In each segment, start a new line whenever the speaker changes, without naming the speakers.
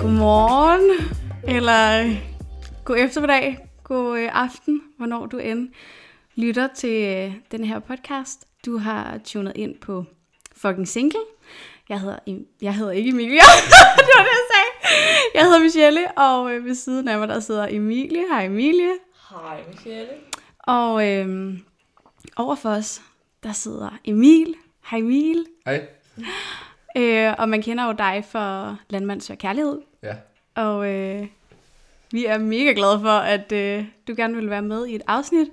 morgen, eller god eftermiddag, god øh, aften, hvornår du end lytter til øh, den her podcast. Du har tunet ind på fucking single. Jeg hedder, Em- jeg hedder ikke Emilie, det var det, jeg sagde. Jeg hedder Michelle, og øh, ved siden af mig, der sidder Emilie. Hej Emilie.
Hej Michelle.
Og øh, over for os, der sidder Emil. Hej Emil.
Hej.
Øh, og man kender jo dig for Landmand Søger Kærlighed.
Ja.
Og øh, vi er mega glade for, at øh, du gerne vil være med i et afsnit.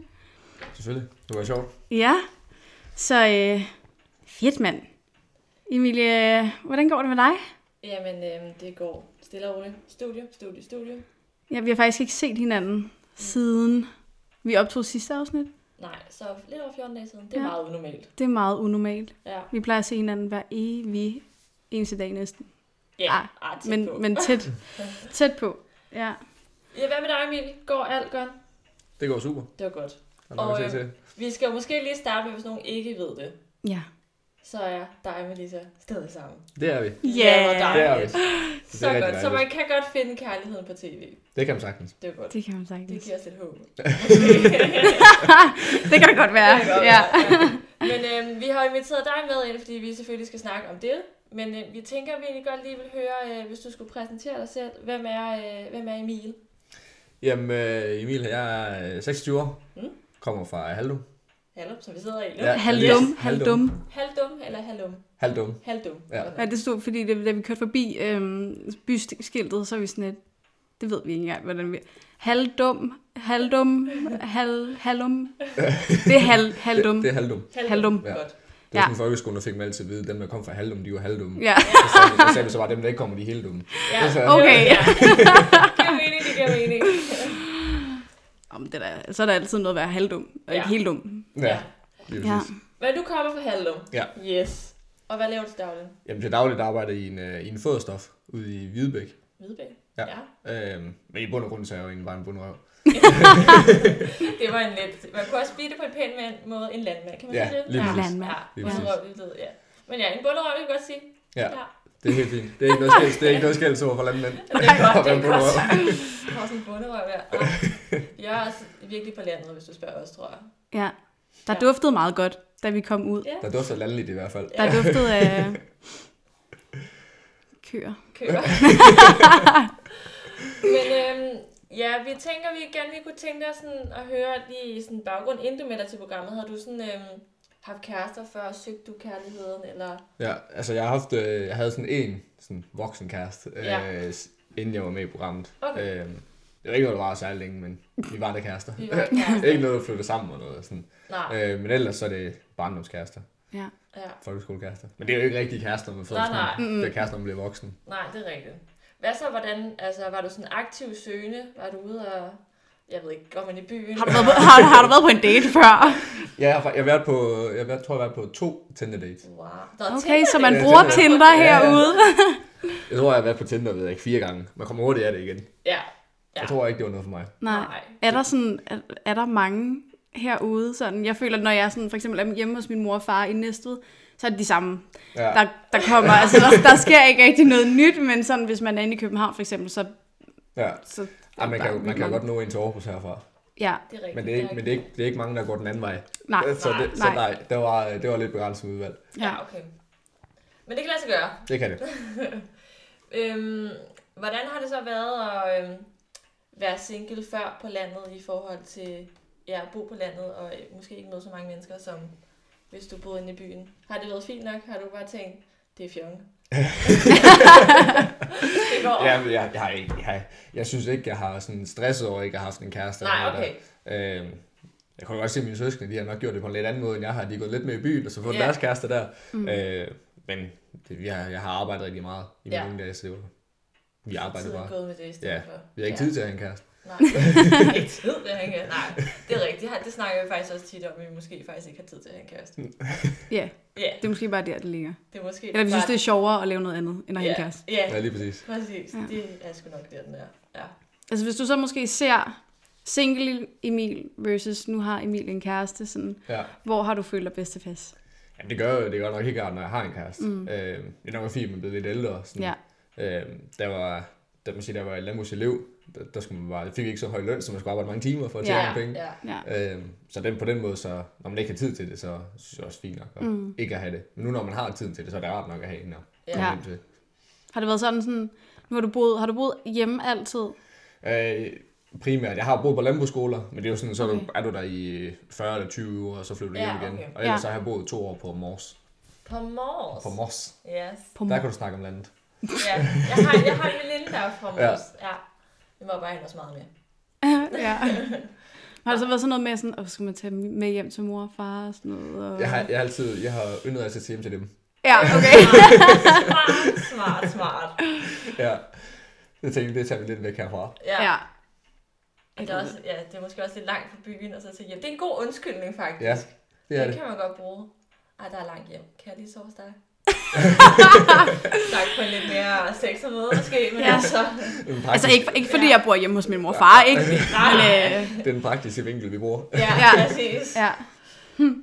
Selvfølgelig. Det var sjovt.
Ja, så øh, fedt mand. Emilie, øh, hvordan går det med dig?
Jamen, øh, det går stille og roligt. Studie, studie, studie.
Ja, vi har faktisk ikke set hinanden siden vi optog sidste afsnit.
Nej, så lidt over 14 dage siden. Det er
Ja.
ja. meget unormalt.
Det er meget unormalt.
Ja,
Vi plejer at se hinanden hver evig eneste dag næsten.
ja.
Ah,
ah, tæt på.
Men, men tæt, tæt på. Ja.
Ja, hvad med dig Emil? Går alt godt?
Det går super.
Det var godt.
Der er nok
Og, øh,
at se til.
Vi skal jo måske lige starte med, hvis nogen ikke ved det.
Ja.
Så er dig og Melissa stadig sammen.
Det er vi.
Ja,
Det
hvor
er vi.
Så
rigtig
godt. Så
dejligt.
man kan godt finde kærligheden på tv.
Det kan man sagtens.
Det er godt.
Det kan man
Det
sagtens.
giver os lidt håb.
Det kan det godt være.
Det kan godt
Ja.
være. Men øh, vi har inviteret dig med ind, fordi vi selvfølgelig skal snakke om det. Men øh, vi tænker, at vi egentlig godt lige vil høre, øh, hvis du skulle præsentere dig selv, hvem er, øh, hvem er Emil?
Jamen, øh, Emil, jeg er øh, 26 år.
Mm.
Kommer fra Haldum.
Hallum, som vi sidder i nu.
Ja.
Ja.
Halvdum,
Yes.
halvdum.
Halvdum eller halvum?
Haldum.
Halvdum.
Ja.
Ja, det stod, fordi det, da vi kørte forbi øhm, byskiltet, så er vi sådan lidt, det ved vi ikke engang, hvordan vi... Halvdum, halvdum, hal, halvum. Det er hal, halvdum.
Det, det er Haldum.
Haldum.
Ja.
Godt.
Det var
Ja.
sådan en folkeskole, der fik mig altid at vide, at dem, der kom fra Haldum, de var halvdumme.
Ja,
Så sagde vi- Så sagde vi så bare, at dem, der ikke kommer, de er helt dumme.
Ja.
Altså,
okay.
Ja. Det giver mening, det giver mening.
Om det der, så er der altid noget at være halvdum, og ikke
Ja.
helt dum.
Ja,
Ja.
lige
Ja.
præcis.
Men du kommer fra Hallum.
Ja.
Yes. Og hvad laver du til daglig?
Jamen, til dagligt arbejder jeg i en, øh, i en foderstof ude i Hvidebæk.
Hvidebæk.
Ja.
ja.
Øhm, men i bund og grund, så er jeg jo egentlig bare en bundrøv.
Det var en let. Man kunne også blive det på en pæn mand- måde, en landmand, kan man
Ja,
sige det?
lige
præcis. Landmand.
landmand.
Lige
Ja, bunderøv, det ved ja. Men ja, en bunderøv, det kan godt sige.
Ja.
ja.
Det er helt fint. Det er ikke noget skæld, det er ikke noget skæld for landmænd.
Det er godt,
Og
det
være
er
bunderøv.
godt. Jeg har også en bunderøv der. Ej. Jeg er også virkelig på landet, hvis du spørger os, tror jeg.
Ja, der
Ja.
duftede meget godt, da vi kom ud.
Ja,
Der dufter landligt i hvert fald.
Der duftede af køer.
kører. Men øhm, ja, vi tænker, vi gerne vi kunne tænke os sådan at høre lige sådan baggrund, inden du melder til programmet. Har du sådan øhm, haft kærester før? Søgte du kærligheden? Eller...
Ja, altså jeg har haft, øh, jeg havde sådan en sådan voksen kæreste, øh,
Ja.
s- inden jeg var med i programmet.
Okay.
Øh, det var ikke noget, der var særlig længe, men vi var der kærester.
Vi var kærester.
ikke noget, der flyttede sammen og noget sådan.
Nej,
Øh, men ellers så er det barndomskærester,
Ja.
ja.
folkeskolekærester. Men det er jo ikke rigtige kærester, når man får
Nej,
sådan. Det er kærester, når man bliver voksen.
Nej, det er rigtigt. Hvad så, hvordan, altså, var du sådan aktiv søgende? Var du ude og, jeg ved ikke, går man i byen?
Har du, været på, har, du- har du været på en date før?
Ja, jeg, har, jeg, har været på, jeg har været- tror, jeg har været på to Tinder dates.
Wow. Der er
Okay, så man
Ja,
bruger
det er-
Tinder
ja, ja.
herude.
Jeg tror, jeg har været på Tinder, ved jeg ikke, fire gange. Man kommer hurtigt af det igen. Ja.
Ja. ja.
Jeg tror ikke, det var noget for mig.
Nej. Er der, sådan, er, er der mange herude? Sådan, jeg føler, at når jeg sådan, for eksempel er hjemme hos min mor og far i Næstved, så er det de samme.
Ja.
Der, der kommer, altså der, der sker ikke rigtig noget nyt, men sådan, hvis man er inde i København for eksempel, så...
ja.
så
Ej, man kan, jo- man kan jo
mange-
godt nå en til Aarhus herfra.
Ja,
Det er rigtigt.
Men det er ikke, men det er ikke, det er ikke mange, der går den anden vej.
nej,
Øh, så, det, så
nej.
nej, det var, øh, det var lidt begrænset udvalg.
ja.
Ja, okay. Men det kan lade sig gøre.
Det kan det.
Øhm, hvordan har det så været at øhm, være single før på landet i forhold til ja, at bo på landet og øh, måske ikke møde så mange mennesker, som hvis du boede inde i byen? Har det været fint nok? Har du bare tænkt, det er fjong? det går.
Ja, men jeg, jeg, har ikke, jeg, har- jeg synes ikke, jeg har sådan stresset over, at jeg ikke har haft en kæreste.
Nej,
eller noget
okay.
Der. Øhm, jeg kunne godt se, at mine søskende de har nok gjort det på en lidt anden måde, end jeg har. De er gået lidt med i byen, og så fået
Ja.
deres kæreste der. Mm. Øh, men det, jeg, jeg har arbejdet rigtig meget i mine
Ja.
unge dage, så det var, vi arbejder
Tiden er
bare.
gået med det i stedet
Ja,
for.
vi har ikke ja. tid til at have en kæreste.
Nej, jeg har ikke tid til at hænge. Nej, det er rigtigt. Det har- Det snakker vi faktisk også tit om, at vi måske faktisk ikke har tid til at hænge
Mm.
kæreste.
ja,
Ja,
det er måske bare der, det ligger.
det er måske...
Eller vi synes, det er sjovere at lave noget andet, end at have en kæreste.
Ja,
Ja, lige præcis.
præcis.
Ja.
Det er sgu nok der, den er. Ja.
Altså hvis du så måske ser single Emil versus nu har Emil en kæreste, sådan,
Ja.
hvor har du følt dig bedst tilfreds?
Jamen, det gør jo det gør nok Øhm, helt klart, når jeg har en kæreste. Mm. Øh, det er nok fint, at man er blevet lidt ældre. Sådan,
Ja.
Øh, der var, der da man siger, der var landbrugselev, der, der skulle man bare, det fik ikke så høj løn, så man skulle arbejde mange timer for at tjene
Ja,
ja, penge.
ja.
Ja.
Øhm, så den, på den måde, så, når man ikke har tid til det, så synes jeg også fint nok at mm. ikke at have det. Men nu når man har tiden til det, så er det rart nok at have en at komme
Ja.
hjem til.
Har det været sådan, sådan nu har du boet, har du boet hjemme altid?
Øh, primært, jeg har boet på landbrugsskoler, men det er jo sådan, så okay.
Okay.
er du der i 40 eller 20 uger, og så flytter du
Ja,
hjem igen.
okay.
Og ellers
Ja.
så har jeg boet to år på Mors.
På Mors.
På Mors.
Yes.
På
Der
mor-
kan du snakke om landet.
Ja. Jeg har, jeg har en veninde, der er fra Mors. Ja. ja. Vi må bare hende os meget mere.
ja. Har der så været sådan noget med, sådan, oh, skal man tage med hjem til mor og far og sådan noget? Og...
Jeg har, jeg har altid jeg har yndet at tage hjem til dem.
Ja, okay.
Smart, smart, smart.
Ja. Jeg tænkte, det tager vi lidt væk herfra.
Ja.
ja.
ja. Det, er også, ja, det er måske også lidt langt fra byen, og så til hjem. Det er en god undskyldning, faktisk.
Ja, det er
det
det.
kan man godt bruge. Ej, der er langt hjem. Kan jeg lige sove hos dig? Sagt på en lidt mere sexet måde, måske. Men
Ja.
ja. altså,
Den
Altså
praktiske,
ikke, ikke fordi jeg bor hjemme hos min mor og far, ikke?
nej,
Men,
nej.
øh,
den praktiske vinkel, vi bruger.
Ja,
Ja.
ja. præcis.
ja. Hm.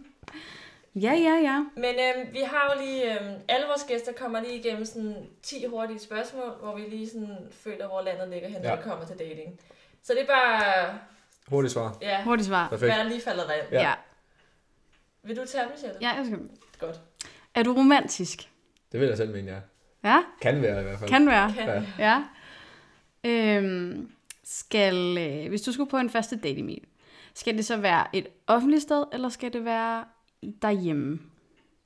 Ja, ja, ja.
Men øhm, vi har jo lige, øhm, alle vores gæster kommer lige igennem sådan 10 hurtige spørgsmål, hvor vi lige sådan føler, hvor landet ligger hen, når
Ja.
det kommer til dating. Så det er bare,
Hurtigt svar.
ja,
Hurtigt svar.
Perfekt.
hvad der lige falder dig ind.
Ja.
Ja.
Vil du tage dem, Michelle?
ja jeg skal...
Godt.
Er du romantisk?
Det vil jeg selv mene, jeg er.
Ja,
Kan være i hvert fald.
kan være.
Kan.
Ja.
Ja. Øhm, skal, øh, hvis du skulle på en første date, Emil, skal det så være et offentligt sted, eller skal det være derhjemme?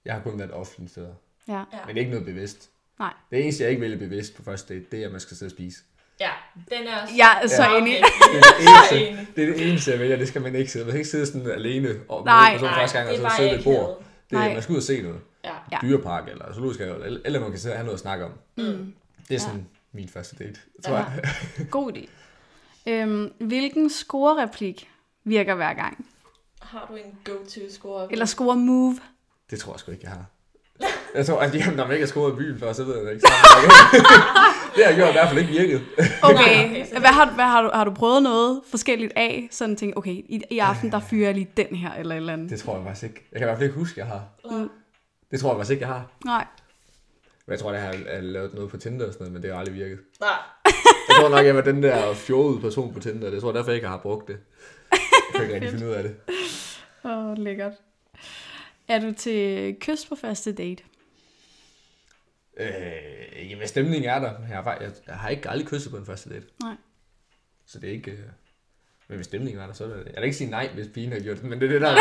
Jeg har kun været offentlige steder.
Ja.
Ja.
Men det er ikke noget bevidst.
Nej.
Det eneste, jeg ikke vælger bevidst på første date, det er, at man skal sidde og spise.
Ja, den er også...
Jeg er så
Okay.
enig.
Det er det eneste,
enig.
det, er det eneste jeg vælger. Det skal man ikke sidde. Man kan ikke sidde sådan alene og
Nej,
møde en person
nej,
første gang, og
det er
så
bare
sidde ved et bord.
akavet.
Det er,
Nej.
man skal ud og se noget.
Ja.
Ja.
Dyrepark eller zoologisk have, eller, eller man kan sidde og have noget at snakke om.
Mm.
Det er sådan min første date, tror jeg.
God idé. Øhm, hvilken score-replik virker hver gang?
Har du en go-to-score?
Eller score-move?
Det tror jeg sgu ikke, jeg har. Jeg tror, at jamen, når man ikke har scoret i byen før, så ved jeg det ikke. Så har man ikke- det har jeg gjort i hvert fald ikke virket.
Okay, hvad, har, hvad har, du, har du prøvet noget forskelligt af? Sådan ting, okay, i, i aften der fyrer jeg lige den her, eller et eller andet.
Det tror jeg faktisk ikke. Jeg kan i hvert fald ikke huske, jeg har.
Mm.
Det tror jeg faktisk ikke, jeg har.
Nej.
Men jeg tror, at jeg har jeg har lavet noget på Tinder og sådan noget, men det har aldrig virket.
Nej.
Jeg tror nok, jeg var den der fjollede person på Tinder. Jeg tror derfor, jeg ikke har brugt det. Jeg kan ikke rigtig finde ud af det.
Åh, oh, lækkert. Er du til kys på første date?
Øh, jamen, stemningen er der. Jeg har, fakt- jeg, jeg har ikke aldrig kysset på en første date.
Nej.
Så det er ikke... Øh... Men hvis stemningen er der, så er det... Jeg vil ikke sige nej, hvis pigen har gjort det, men det er det, der er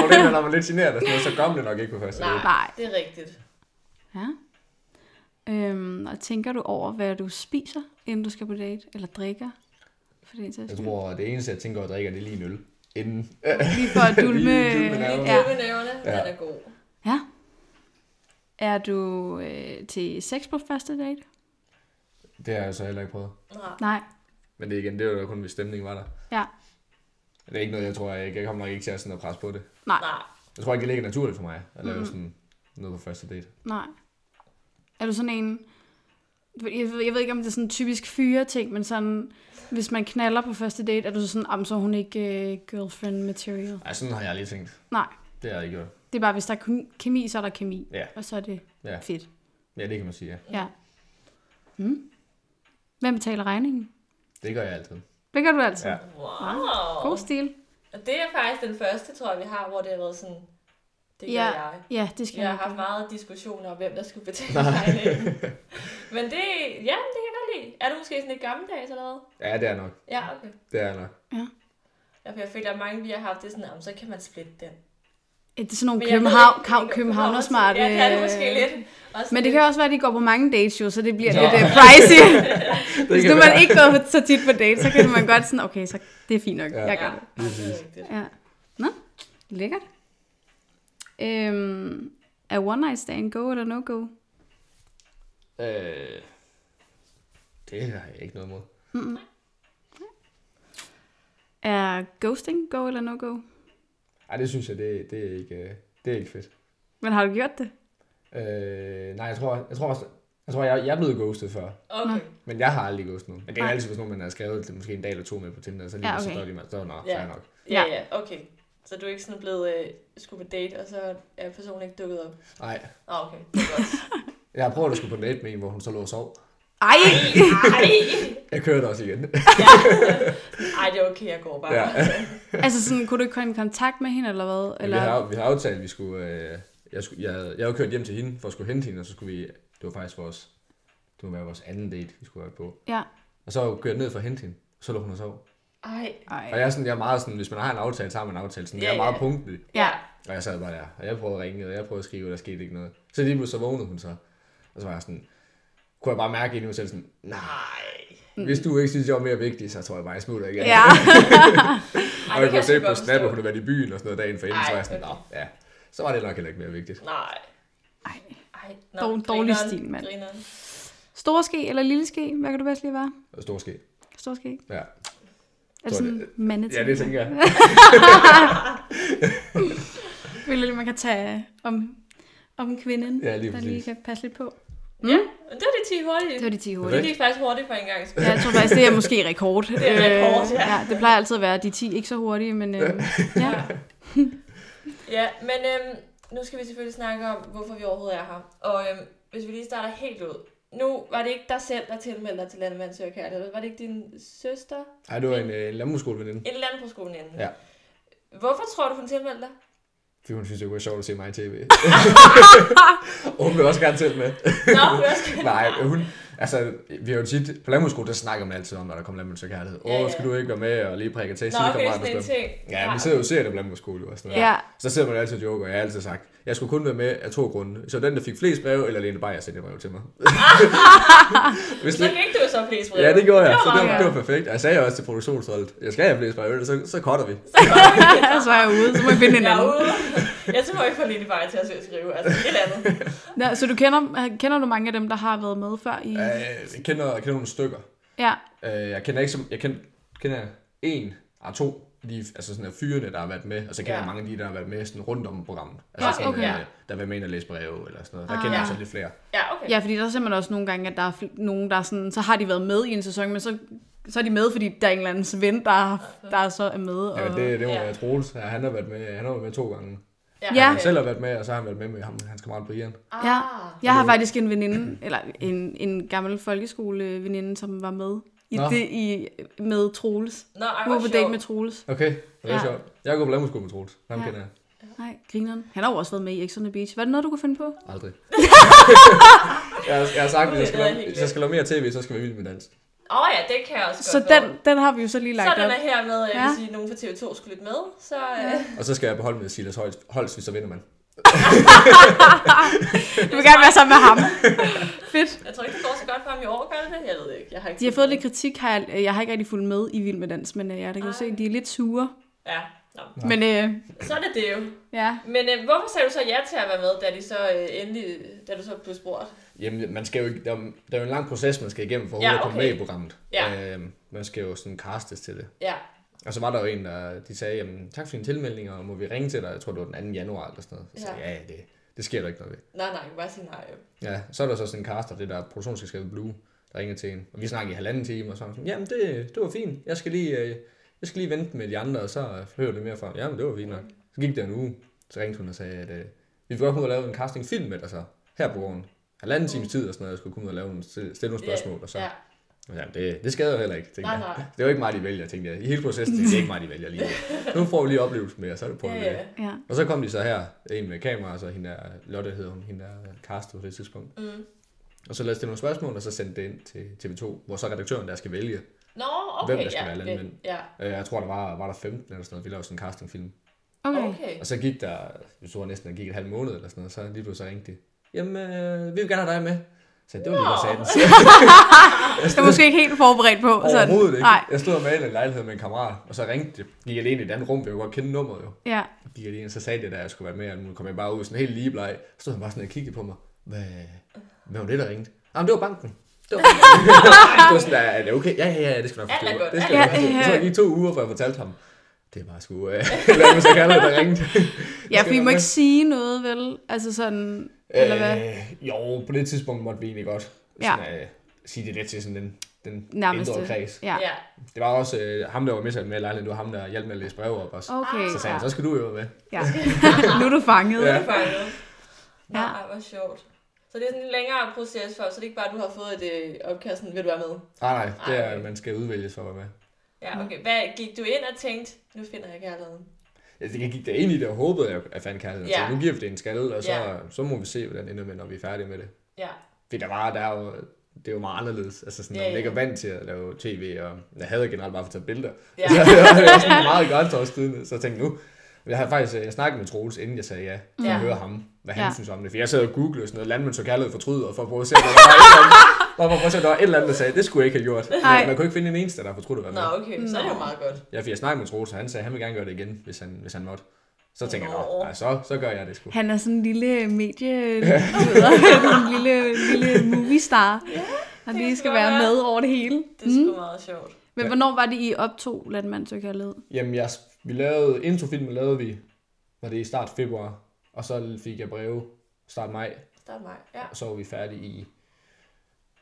problemet, når man er lidt generet og sådan noget, så gør man det nok ikke på første date.
Nej, det er rigtigt.
Ja. Øhm, og tænker du over, hvad du spiser, inden du skal på date? Eller drikker? For det er
Jeg tror, at det eneste, jeg tænker at drikke, det er lige en øl. Inden. Øh,
Lige for at dulme...
Lige dulme
Lige
nerverne.
det
ja.
med nævne,
Ja.
den er god.
ja. Er du øh, til sex på første date?
Det har jeg så heller ikke prøvet.
Nej.
Nej.
Men det er igen, det var jo kun, hvis stemningen var der.
Ja.
Det er ikke noget, jeg tror, jeg, ikke, jeg kommer nok ikke til at, sådan at presse på det.
Nej.
Nej.
Jeg tror ikke, det ligger naturligt for mig at lave
Mm-hmm.
sådan noget på første date.
Nej. Er du sådan en... du ved- Jeg ved, jeg ved ikke, om det er sådan en typisk fyre-ting, men sådan, hvis man knaller på første date, er du så sådan, "Jamen, så er hun ikke øh, girlfriend material.
Ej, sådan har jeg lige tænkt.
Nej,
Det har jeg ikke gjort.
det er bare, hvis der er kemi- kemi, så er der kemi,
Ja.
og så er det
Ja.
fedt.
ja, det kan man sige, ja.
Ja. Mm. Hvem betaler regningen?
Det gør jeg altid.
Det gør du altid.
Ja.
Wow.
Mm, God stil.
Og det er faktisk den første, tror jeg, vi har, hvor det har været sådan, det gør
ja,
jeg.
ja, det skal
Jeg har
nok
haft
gøre.
meget diskussioner om, hvem der skulle betale regningen. Men det, ja, det kan jeg godt lide. Er du måske sådan lidt gammeldags eller hvad?
Ja, det er nok.
Ja, okay.
Det er nok.
Ja, for jeg føler, at mange vi har haft det sådan, om så kan man splitte den.
Ja, Det er sådan nogle
Men jeg ved
København,
ikke-
København, København smart. øh,
Ja, det er det måske lidt. Også
Men det kan også være, at de går på mange dates jo, så det bliver
Nå.
lidt uh, pricey.
Det
Hvis nu man ikke går så tit på date, så kan man godt sådan, okay, så det er fint nok,
Ja.
jeg
ja,
gør det.
ja, det er rigtigt.
Ja. Nå, lækkert. Øhm, er one night stand go eller no go?
Øh, det har jeg ikke noget imod.
Er ghosting go eller no go?
Ej, det synes jeg, det, det, er, ikke, øh, det er ikke fedt.
Men har du gjort det?
Øh, nej, jeg tror, jeg tror også, jeg tror, jeg, jeg er blevet ghostet før.
Okay.
Men jeg har aldrig ghostet nogen. Men det er
Nej.
altid, hvis nogen, man har skrevet det, måske en dag eller to med på Tinder, så lige
Ja,
ja, okay. så
okay.
gør de mig, så er det nok,
Ja.
fair nok.
Ja, ja, okay. Så du er ikke sådan blevet øh, skulle på date, og så er personen ikke dukket op?
Nej,
Ah, okay. Det er godt.
jeg har prøvet at skulle på date med en, hvor hun så lå og sov.
Ej!
Ej,
Jeg kører det også igen.
Ej, det er okay, jeg går bare.
Ja.
altså sådan, kunne du ikke komme i kontakt med hende, eller hvad?
Eller...
Eller?
Vi, har, vi har aftalt, at vi skulle... Øh, jeg, skulle jeg, havde- jeg havde kørt hjem til hende for at skulle hente hende, og så skulle vi... Det var faktisk vores... Det var vores anden date, vi skulle have på.
Ja.
Og så kørte jeg ned for at hente hende. Og så lå hun og sov.
Ej.
Og
Ej.
jeg er, sådan, jeg er meget sådan, hvis man har en aftale, så har man en aftale. Sådan,
Ja,
jeg er meget
ja.
punktlig.
Ja.
Og jeg sad bare der, og jeg prøvede at ringe, og jeg prøvede at skrive, og der skete ikke noget. Så lige pludselig så vågnede hun så. Og så var jeg sådan, kunne jeg bare mærke ind i mig selv sådan, nej,
Ej.
hvis du ikke synes, jeg var mere vigtig, så tror jeg bare, jeg smutter igen.
Ja.
Ej,
og
det
jeg
kan
kunne
jeg
se
sgu
på
godt
Snap, at
forstå.
hun havde været i byen og sådan noget dagen for inden,
Ej,
så var jeg sådan,
okay.
nå, ja, så var det nok heller ikke mere vigtigt.
Nej.
Ej.
Ej,
Dår- dårlig stil, mand.
Grineren.
Store ske eller lille ske? Hvad kan du bedst lide være?
Og stor ske.
Store ske?
Ja.
Er det
Tror
sådan mandeting?
ja, det tænker jeg.
Føler lige, man kan tage om, om kvinden,
Ja, lige
der lige
præcis.
kan passe lidt på.
Ja, men det var de 10 hurtige.
Det var de 10 hurtige.
Det gik faktisk hurtigt for en gang.
Ja, jeg tror faktisk, det er måske rekord.
Det er rekord,
Øh,
ja.
ja. det plejer altid at være de 10 ikke så hurtige, men øh, ja.
Ja, men øhm, nu skal vi selvfølgelig snakke om, hvorfor vi overhovedet er her. Og øhm, hvis vi lige starter helt ud. Nu var det ikke dig selv, der tilmeldte dig til Landmand Søger Kærlighed. Var det ikke din søster?
Ej, det var en, øh, en landbrugsskoleveninde,
Et eller andet på skolen inden.
Ja.
Hvorfor tror du, hun tilmeldte dig?
fordi hun synes, det var sjovt at se mig i tv. og hun vil også gerne til med.
Nå, jeg skal...
Nej, hun... Altså, vi har jo tit... På landbrugsskole, der snakker man altid om, når der kommer landbrugskærlighed. Åh,
Ja,
ja,
ja.
ja. skal du ikke være med og lige prikke til
Nå, okay,
sidekammeraten og
sådan en
sådan
ting.
Ja, vi sidder jo og ser det på landbrugsskole og sådan noget.
ja.
Så sidder man altid og joker, og jeg har altid sagt, jeg skulle kun være med af to grunde. Så den, der fik flest breve, eller Lene Beyer sendte et brev til mig. Hvis
Så
det,
fik du jo så flest brev.
ja, det gjorde jeg,
Det
så
var
det var,
meget
det var perfekt. Og jeg sagde også til produktionsholdet, jeg skal have flest breve, så, så cutter vi.
så er jeg ude, så må jeg finde en
Jeg er
anden.
ude. Jeg tror ikke, for Lene bare til at søge at skrive. Altså, et eller andet.
Nå, så du kender, kender du mange af dem, der har været med før? I...
Øh, Jeg kender, jeg kender nogle stykker.
Ja,
Øh, Jeg kender ikke som, jeg kender, kender en, ah, to, de, altså sådan af fyrene, der har været med, og så kender
Ja.
jeg mange af de, der har været med sådan rundt om programmet. Altså
Ja,
sådan,
okay.
øh, der har været med ind og læse breve eller sådan noget. Der
Ah.
kender jeg
Ja.
så lidt flere.
Ja, okay.
ja, fordi der er simpelthen også nogle gange, at der er fl- nogen, der er sådan, så har de været med i en sæson, men så, så er de med, fordi der er en eller anden ven, der, der så er med. Og...
Ja, det, det må
Ja.
være Troels. Ja, han har været med, han har været med to gange.
Ja.
Han selv har været med, og så har han været med med ham, hans kammerat Brian.
Ah.
Ja. Jeg har faktisk en veninde, eller en, en gammel folkeskoleveninde, som var med i
Nå.
det i, med Troels.
Nå, ej,
Hun var
hvor
på
sjovt.
date med Troels.
Okay, det er
Ja.
ja. sjovt. Jeg går på landbrugsskole med Troels. Ham
Ja.
ja. kender jeg
Nej, grineren. Han har jo også været med i X on the Beach. Var det noget, du kunne finde på?
aldrig. jeg, har- jeg har sagt, at jeg skal,
Det er
lave,
helt
hvis jeg skal lave mere tv, så skal vi vild med dans.
Åh oh, ja, det kan jeg også godt
Så
nå.
den, den har vi jo så lige lagt
Så den
op.
er her med, jeg
Ja.
ja. vil sige, at nogen fra TV2 skulle lytte med. Så ja. øh,
Og så skal jeg beholde med Silas Holst- Holst, hvis så vinder man.
Du vil gerne være sammen med ham. Fedt.
jeg tror ikke, det går så godt for ham i år, gør det det? Jeg ved det ikke. Jeg har ikke
De har fået lidt kritik. Har jeg, jeg har ikke rigtig fulgt med i Vild med Dans, men øh, jeg kan jo se, at de er lidt sure.
Ja, Nå.
Nej.
Men øh,
så er det det jo.
ja,
Men øh, hvorfor sagde du så ja til at være med, da, de så, øh, endelig, da du så blev spurgt?
Jamen, man skal jo, ikke- der, er jo- der er jo en lang proces, man skal igennem for
Ja,
overhovedet at komme
okay.
med i programmet.
Ja.
Øhm, man skal jo sådan castes til det.
Ja,
Og så var der jo en, der de sagde, jamen, tak for din tilmelding, og må vi ringe til dig? Jeg tror, det var den 2. januar eller sådan noget. Så
Ja.
sagde jeg, ja, det, det sker der ikke noget ved.
nej, nej, bare sige nej. jo.
Ja, så er der så sådan en caster, det der produktionsselskabet Blue, der ringer til en. Og vi snakker i halvanden time, og så er han sådan, jamen det, det var fint, jeg skal lige, øh, jeg skal lige vente med de andre, og så øh, hører det mere fra ham. Jamen det var fint nok. Så gik der en uge, så ringte hun og sagde, at øh, vi vil godt kunne lave en castingfilm med dig så, her på gården. Halvanden times tid og sådan noget, jeg skulle kunne ud og lave nogle, stille stille nogle spørgsmål, og så,
Ja,
jamen det, det skader jo heller ikke, tænkte
Nej,
jeg.
nej.
Det var ikke mig, de vælger, tænkte jeg. I hele processen, det er ikke mig, de vælger lige. nu. Nu får vi lige oplevelsen med, og så er det på
ja,
med
ja.
det.
ja.
Og så kom de så her, en med kamera, og så hende der, Lotte hedder hun, hende der castede på det tidspunkt.
Mm.
Og så lad os stille nogle spørgsmål, og så sende det ind til TV2, hvor så redaktøren der skal vælge.
Nå, okay.
Hvem der skal
ja,
være
det-
landmænd?
Ja,
Øh, Jeg tror, der var, var der 15 eller sådan noget. Vi lavede sådan en castingfilm.
Okay.
okay.
Og så gik der, jeg tror næsten, der gik et halvt måned eller sådan noget, så lige pludselig så ringte de. Jamen, øh, vi vil gerne have dig med. Så det var lige, hvad
Nå.
jeg sagde.
Det er måske ikke helt forberedt på. sådan.
Overhovedet ikke.
Nej,
Jeg stod og malede en lejlighed med en kammerat, og så ringte de. Gik alene i et andet rum, vi kunne godt kende nummeret jo.
ja.
Gik alene, så sagde det, at jeg skulle være med, og nu kom jeg bare ud sådan helt ligebleg. Så stod han bare sådan og kiggede på mig. Hvad, hvad var det, der ringte? Jamen, det var banken. Det var banken. det var sådan, der, er det okay? Ja, ja, ja, det skal jeg nok
Alt er
forstå.
godt.
Det skal jeg nok
Ja, ja.
forstå. Så gik to uger, før jeg fortalte ham. Det er bare sgu, øh, lad mig så kalde det, der ringte.
Ja, for I
jeg
må
nok-
ikke sige noget, vel? Altså sådan, eller hvad?
Øh, jo, på det tidspunkt måtte vi egentlig godt
Ja.
sådan, øh, sige det lidt til sådan den, den
Nærmest
indre
det.
kreds.
Ja.
Ja,
Det var også øh, ham, der var med sig med i lejligheden. Det var ham, der hjalp med at læse breve op også.
Okay.
Ah,
Så sagde han, så skal du jo være med.
ja. ja. nu er du fanget.
det
Ja.
er fanget. Nå,
Ja.
ej, hvor sjovt. Så det er sådan en længere proces for, så det er ikke bare, at du har fået et øh, opkast, sådan, vil du være med?
Nej, nej, det er,
Ej.
at man skal udvælges for at være med.
Ja, okay. Hvad gik du ind og tænkte, nu finder jeg kærligheden?
Altså, Jeg gik da ind i det og håbede, at jeg fandt kærligheden. Ja.
Ja.
Så nu giver vi det en skalle, og så,
Ja.
så må vi se, hvordan det ender med, når vi er færdige med det.
Ja,
Fordi der var, der er jo, det er jo meget anderledes. Altså sådan, når
Ja,
man ikke er
ja.
vant til at lave tv, og jeg havde generelt bare for at tage billeder.
Ja.
Ja. Så det var sådan meget grænseoverskridende. Så jeg tænkte nu, jeg har faktisk øh, jeg snakkede med Troels, inden jeg sagde ja, for
Ja.
at høre ham, hvad han
Ja.
synes om det. For jeg sad og googlede sådan noget, landmænd så kaldet fortryder, for at prøve at se, om der var, et eller andet- for at prøve at se, om der var et eller andet, der sagde, det skulle jeg ikke have gjort.
Nej.
Men man kunne ikke finde en eneste, der har fortrudt at være med.
nå okay, så er det jo meget godt.
Ja, for jeg snakkede med Troels, og han sagde, at han vil gerne gøre det igen, hvis han, hvis han måtte. Så tænker jeg,
Nå.
"Nå, ej, så, så gør jeg det sgu.
Han er sådan en lille medie, en lille, lille movie star, ja, og lige
kan
skal
godt
være
være.
med over det hele.
Det er sgu meget sjovt.
Men
Ja.
hvornår var det, I optog Landmand Søger Kærlighed?
Jamen, jeg, vi lavede, introfilmen lavede vi, var det i start februar, og så fik jeg breve start maj,
Der er mig. Ja.
og så var vi færdige i,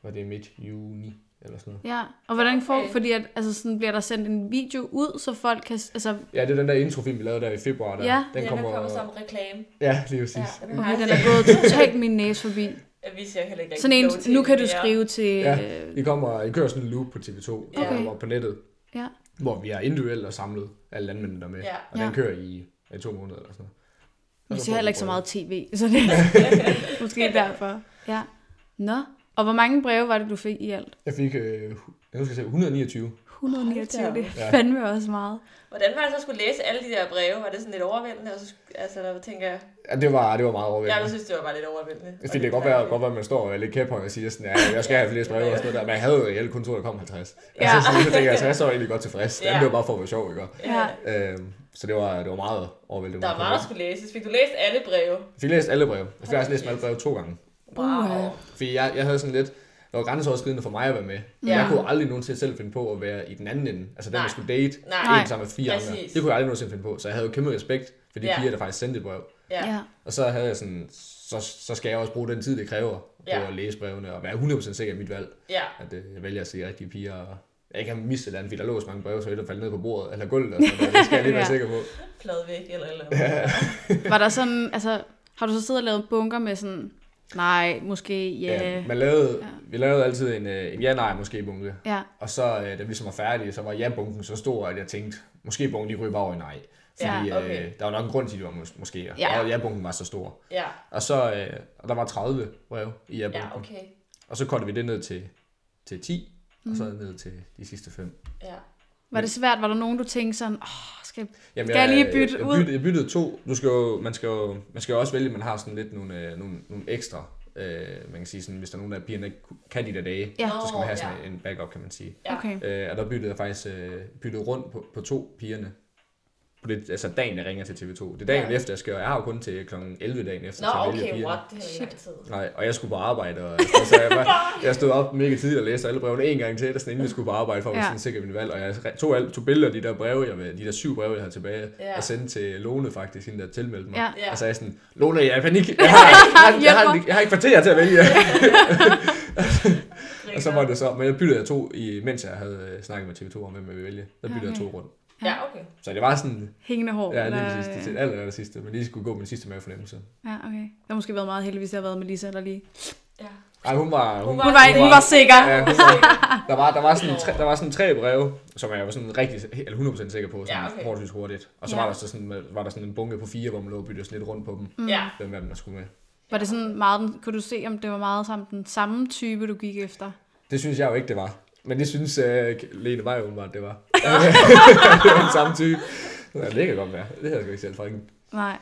var det midt juni, eller sådan noget.
Ja, og hvordan får,
Okay.
fordi at, altså sådan bliver der sendt en video ud, så folk kan, altså,
Ja, det er den der introfilm, vi lavede der i februar. Der.
Ja.
den
ja,
kommer,
der kommer som reklame.
Ja, lige
Ja,
præcis. Ja.
den har
okay,
jeg
den
set.
er gået totalt min næse forbi.
Ja, vi ser heller ikke
Sådan en,
rigtig lov til
nu kan du
det mere.
skrive til,
Ja.
øh,
Vi kommer, vi kører sådan en loop på TV2, der
Okay.
kommer på nettet,
ja.
hvor vi er individuelt og samlet alle landmændene der er med.
Ja.
Og
Ja.
den kører i, i to måneder eller sådan noget. Og
Vi
så
ser
får
heller ikke så
breve.
meget tv, så det er måske derfor. Ja. Nå, og hvor mange breve var det, du fik i alt?
Jeg fik, øh, jeg husker, 129.
129,
Hold da
det
op.
er fandme også meget.
Hvordan var det så at skulle læse alle de der breve? Var det sådan lidt overvældende? Og så, sk- altså, der tænker jeg,
Ja, det var, det var meget
ja,
overvældende.
jeg synes, det var bare lidt overvældende.
Altså,
Jeg synes, det kan godt være, godt være, at man står og er lidt kæphøj og siger sådan, ja, jeg skal have flere breve og sådan noget der. Men jeg havde jo reelt kun to, der kom 50. Ja.
Ja.
Altså, sådan, så tænker jeg, så jeg så egentlig godt tilfreds. Ja.
Ja.
Jamen, det var bare for at være sjov, ikke?
Ja.
Ja.
Øhm, så det var, det var meget overvældende.
Der var meget, der skulle læses. Fik du læst alle breve?
Jeg fik læst alle breve. Altså, Jeg fik faktisk læst alle breve to gange.
Uha.
Fordi jeg, jeg havde sådan lidt, det var grænseoverskridende for mig at være med. Ja.
Ja.
Jeg kunne aldrig nogensinde selv finde på at være i den anden ende. Altså den,
Nej.
jeg skulle date,
Nej.
en sammen med fire andre.
Præcis.
Det kunne jeg aldrig nogensinde finde på. Så jeg havde jo kæmpe respekt for de
Ja.
piger, der faktisk sendte et brev.
Ja.
Ja.
Og så havde jeg sådan, så, så skal jeg også bruge den tid, det kræver på
Ja.
at læse brevene og være 100% sikker i mit valg,
Ja.
at øh, jeg vælger at se rigtige piger og jeg ikke har mistet et eller andet, fordi der lå så mange breve, så et der faldt ned på bordet eller gulvet. Og sådan noget. Det skal jeg lige være
Ja.
sikker på.
Plad væk eller eller.
Var der sådan, altså, har du så siddet og lavet bunker med sådan, nej, måske, ja.
Ja, man lavede, Vi lavede altid en, øh, en ja-nej måske bunke.
Ja,
Og så, øh, da vi ligesom var færdige, så var ja-bunken så stor, at jeg tænkte, måske bunken lige ryger bare over i nej. Fordi
Ja, okay.
øh, der var nok en grund til, at det var mås- måske.
Ja.
Ja. Og ja-bunken var så stor.
Ja.
Og så øh, og der var 30 brev i ja-bunken.
Ja,
Ja, okay.
okay.
Og så kortede vi det ned til, til 10, mm. og så ned til de sidste 5.
Ja.
var det svært? Var der nogen, du tænkte sådan, åh, skal
Jamen,
Skal jeg lige bytte
jeg,
ud?
Jeg byttede, jeg byttede to. Du skal jo, man, skal jo, man skal jo også vælge, at man har sådan lidt nogle, øh, nogle, nogle ekstra. Øh, man kan sige sådan, hvis der er nogen af pigerne, der ikke ku- kan de der dage,
Ja.
så skal man have sådan
Nå, ja.
en backup, kan man sige.
Ja.
Okay.
Øh, og der byttede jeg faktisk øh, byttede rundt på, på to pigerne. På det, altså dagen, jeg ringer til TV2. Det er dagen
Ja.
ja. efter, jeg skal. Jeg har jo kun til kl. 11 dagen efter.
Nå,
til at vælge
okay,
pigerne.
what? Det er lang tid.
Nej, og jeg skulle på arbejde, og altså, jeg, var, jeg stod op mega tidligt og læste alle brevene en gang til, der sådan, inden jeg skulle på arbejde, for at være
Ja.
sådan sikker i min valg. Og jeg tog, alt, tog billeder af de der breve, jeg, de der syv breve, jeg havde tilbage,
Ja.
og sendte til Lone faktisk, hende der tilmeldte mig.
Ja.
Ja.
Og sagde sådan, Lone, jeg er i panik. Jeg har, jeg, jeg, jeg,
Hjælp
har,
mig.
jeg har ikke kvarter til at vælge.
Griner.
og altså, så var det så, men jeg byttede jeg to, i, mens jeg havde øh, snakket med TV2 om, hvem jeg ville vælge. Der byttede jeg
Okay.
to rundt.
Ja, okay.
Så det var sådan,
hængende hår?
ja, lige
eller- øh,
præcis, det til aller, aller sidste, men lige skulle gå med den sidste mavefornemmelse.
Ja, okay. Det har måske været meget heldig, hvis jeg har været med Lisa, der lige...
Ja.
Ej, hun var, hun,
Hun var, ikke, hun var sikker.
Ja, hun var- der, var, der, var sådan tre, der var sådan tre breve, som jeg var sådan rigtig, helt- eller 100% sikker på, sådan
Ja,
ja,
okay.
okay. forholdsvis hurtigt. Og så
Ja.
ja. var, der så sådan, øh, var der sådan en bunke på fire, hvor man lå og byttede sådan lidt rundt på dem,
Mm. Ja.
hvem af dem, der skulle med.
Var det sådan meget, den- kunne du se, om det var meget sammen den samme type, du gik efter?
Det synes jeg jo ikke, det var. Men det synes uh, Lene Vej åbenbart, det var. det var den samme type. Ja, det kan godt være. Det havde jeg sgu ikke selv fanget.
Nej.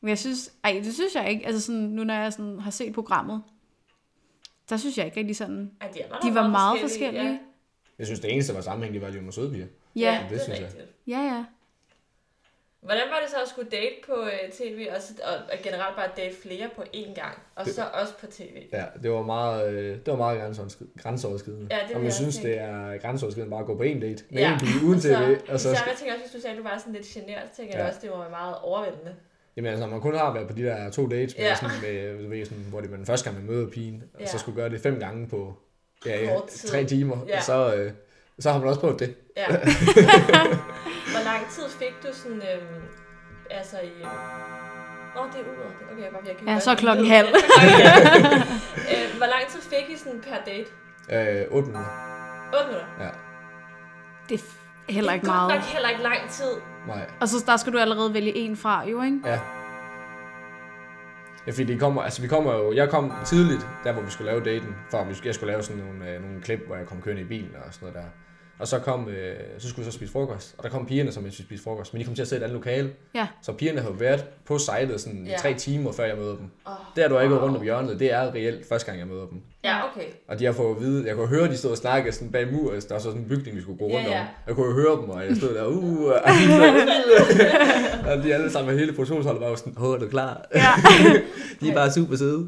Men jeg synes, ej, det synes jeg ikke. Altså sådan, nu når jeg sådan har set programmet, der synes jeg ikke rigtig sådan.
Ej, de, er nok
De var meget forskellige.
Ja,
Jeg synes, det eneste, der var sammenhængende, var, at de var nogle søde piger.
Ja,
det synes jeg.
rigtigt.
ja, ja.
Hvordan var det så at skulle date på øh, tv, og, så- og, og generelt bare date flere på én gang, og
Det-
så også på tv?
Ja, det var meget, øh, det var meget grænseoverskridende. grænseoverskridende.
Ja, det vil
og
jeg
man synes,
også
det er grænseoverskridende bare at gå på en date. Med
Ja.
ja. en pige uden tv.
Og så,
skal-
især, jeg tænker også, hvis du sagde, at du var sådan lidt generet, så tænker jeg
Ja.
også, det var meget overvældende.
Jamen altså, når man kun har været på de der to dates, med
Ja.
ja. sådan, med, du ved, sådan, hvor det er den første gang, man møder pigen, ja.
Ja.
og så skulle gøre det fem gange på ja, ja,
Kort tid.
tre timer,
Ja.
ja. så, øh, så har man også prøvet det.
Ja. Hvor lang tid fik du sådan, øhm, øh, altså i... Nå, det er uret. Okay, jeg var virkelig...
Ja, så er klokken halv.
hvor lang tid fik I sådan per date?
Øh, 8 minutter.
8 minutter?
Ja.
Det er f- heller ikke
det er godt
meget.
nok heller ikke lang tid.
Nej.
Og så der skal du allerede vælge en fra, jo, ikke?
Ja. Ja, fordi det kommer, altså vi kommer jo, jeg kom tidligt, der hvor vi skulle lave daten, for vi skulle, jeg skulle lave sådan nogle, øh, nogle klip, hvor jeg kom kørende i bilen og sådan noget der. Og så, kom, øh, så skulle vi så spise frokost, og der kom pigerne, som jeg skulle spise frokost, men de kom til at sidde i et andet lokale.
Ja.
Så pigerne har jo været på sejlet sådan
Ja.
ja. tre timer, før jeg møder dem.
Oh,
Der er du ikke rundt om hjørnet, det er reelt første gang, jeg møder dem.
Ja, okay.
Og de har fået at vide, jeg kunne høre, de stod og snakkede sådan bag muren, der var så sådan en bygning, vi skulle gå rundt
Ja, ja.
om. Jeg kunne jo høre dem, og jeg stod der, uh, uh, uh, uh, og de alle sammen, og hele produktionsholdet var jo sådan, åh, er du klar?
Ja.
De er bare super søde.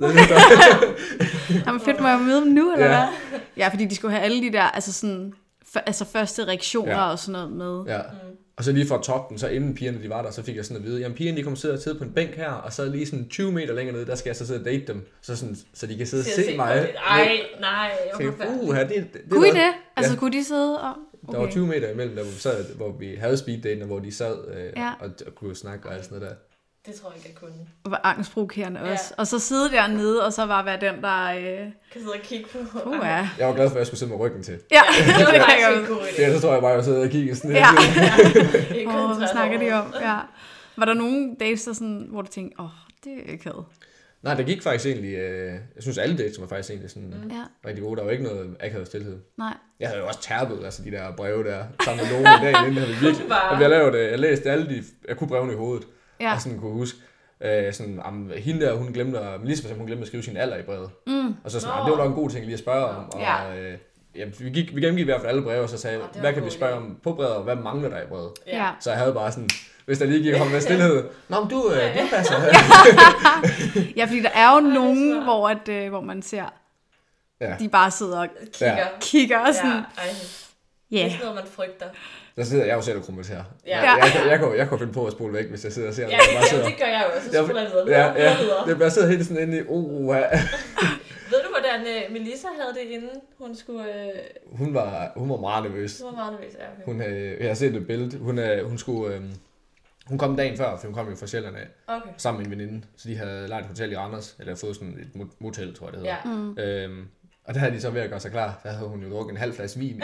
Jamen fedt, må jeg møde dem nu, eller
Ja.
hvad? Ja, fordi de skulle have alle de der, altså sådan, f- altså første reaktioner
Ja.
og sådan noget med.
ja.
Mm.
Og så lige fra toppen, så inden pigerne de var der, så fik jeg sådan at vide, jamen pigerne de kommer sidde og sidde på en bænk her, og så lige sådan 20 meter længere nede, der skal jeg så sidde og date dem, så, sådan, så de kan sidde og
Til at
se mig.
på det. Ej, nej. Jeg
Jeg
var
tænkte, uh, det, det, det
Kunne I
er-
det? Altså,
Ja.
kunne de sidde og...
Der var 20 meter imellem, der hvor vi, sad, hvor vi havde speeddaten, og hvor de sad øh,
Ja.
ja. og, og, kunne snakke og alt sådan noget der.
det tror jeg ikke, jeg kunne.
var angstprovokerende
Ja.
også. Og så sidde dernede, og så bare være den, der... Øh,
Kan sidde og kigge på.
uh, ja.
Jeg var glad for, at jeg skulle sidde med ryggen til.
ja,
Det
det
var
kan
faktisk
jeg
en
godt.
god idé.
Ja, så tror jeg bare, at jeg sad og kiggede sådan
Ja,
her.
Ikke
Åh,
koncentrerer
hvad
sig
snakker de
over.
om? Ja. Var der nogen dates, der sådan, hvor du tænkte, åh, oh, det er ikke
Nej, det gik faktisk egentlig... Øh, jeg synes, alle dates var faktisk egentlig sådan mm.
Ja,
rigtig gode. Der var ikke noget akavet stillhed.
nej.
Jeg havde jo også tærpet altså, de der breve der sammen med nogen i dag, inden havde vi virkelig...
Bare.
Jeg, lavet, øh, jeg læste alle de... Jeg kunne brevene i hovedet,
Ja.
ja. og sådan kunne huske. Øh, sådan, om hende der, hun glemte at, Melissa, for eksempel, hun glemte at skrive sin alder i brevet.
Mm.
Og så sådan,
Nå.
"Ah, det var nok en god ting lige at spørge om. Og,
Ja.
ja. Øh, ja, vi, gik, vi gennemgik i hvert fald alle breve, og så sagde,
Nå, det var
hvad
en
kan vi
god
spørge
idé.
om på brevet, og hvad mangler der i brevet?
Ja.
Så jeg havde bare sådan, hvis der lige gik om med stillhed. Nå, men du, øh, du passer.
ja, fordi der er jo
er
nogen,
svært.
hvor, at, øh, hvor man ser,
ja.
de bare sidder og
Kigger.
kigger og
Ja,
sådan,
ej. Det
ja,
er sådan noget, man frygter.
Der sidder jeg jo selv og kommenterer.
Ja.
Ja. Jeg, jeg, kan- jeg, kunne, jeg kunne finde på at spole væk, hvis jeg sidder og ser,
Ja,
ja, jeg bare
ja,
sidder.
det gør jeg jo også. Så spoler jeg videre.
ja, ja.
videre.
Det, jeg sidder hele sådan inde i, oh, ja.
Ved du, hvordan øh, Melissa havde det, inden hun skulle... Øh,
hun, var, hun var meget nervøs.
så var meget nervøs. Ja, okay.
Hun, øh, jeg har set et billede. Hun, øh, hun, skulle, øh, hun kom dagen før, for hun kom jo fra Sjælland af,
okay.
sammen med en veninde. Så de havde lejet et hotel i Randers, eller fået sådan et mot- motel, tror jeg det hedder.
Ja. Mm.
Øhm, og der havde de så ved at gøre sig klar. Der havde hun jo drukket en halv flaske vin, inden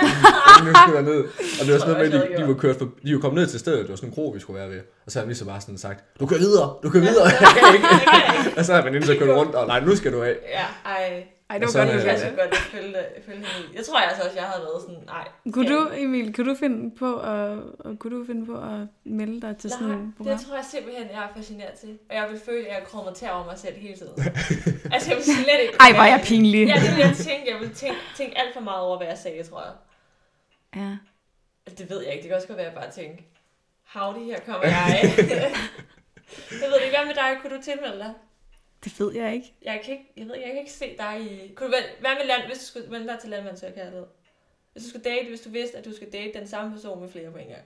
inden hun skulle derned. Og det var sådan noget med, at de, de, var kørt for, de var kommet ned til stedet. Det var sådan en kro, vi skulle være ved. Og så havde vi så bare sådan sagt, du kører videre, du kører videre. Jeg kan ikke. og så havde veninden så kørt rundt, og nej, nu skal du af.
Ja, ej.
ej, det
Og
var
så,
godt, du
Jeg kan
øh,
gør
så
det.
godt følge, følge hende i. Jeg tror altså også, jeg havde været sådan, nej.
Kunne du, Emil, kunne du finde på at, og kunne du finde på at melde dig til sådan
Nej,
et program?
det tror jeg simpelthen, jeg er fascineret til. Og jeg vil føle, at jeg kommenterer over mig selv hele tiden. altså, jeg vil slet ikke...
Ej, var jeg pinlig.
Ja, det ville jeg tænke. Jeg ville tænke, tænke alt for meget over, hvad jeg sagde, tror jeg.
Ja.
Altså, Det ved jeg ikke. Det kan også godt være, at jeg bare tænker, howdy, her kommer jeg. jeg ved det ikke, hvad med dig? Kunne du tilmelde dig?
Det ved jeg ikke.
Jeg kan ikke, jeg ved, ikke, jeg kan ikke se dig i... Kunne du vælge, hvad med land, hvis du skulle vælge dig til landmandsøgerkærlighed? Hvis du skulle date, hvis du vidste, at du skulle date den samme person med flere på en gang.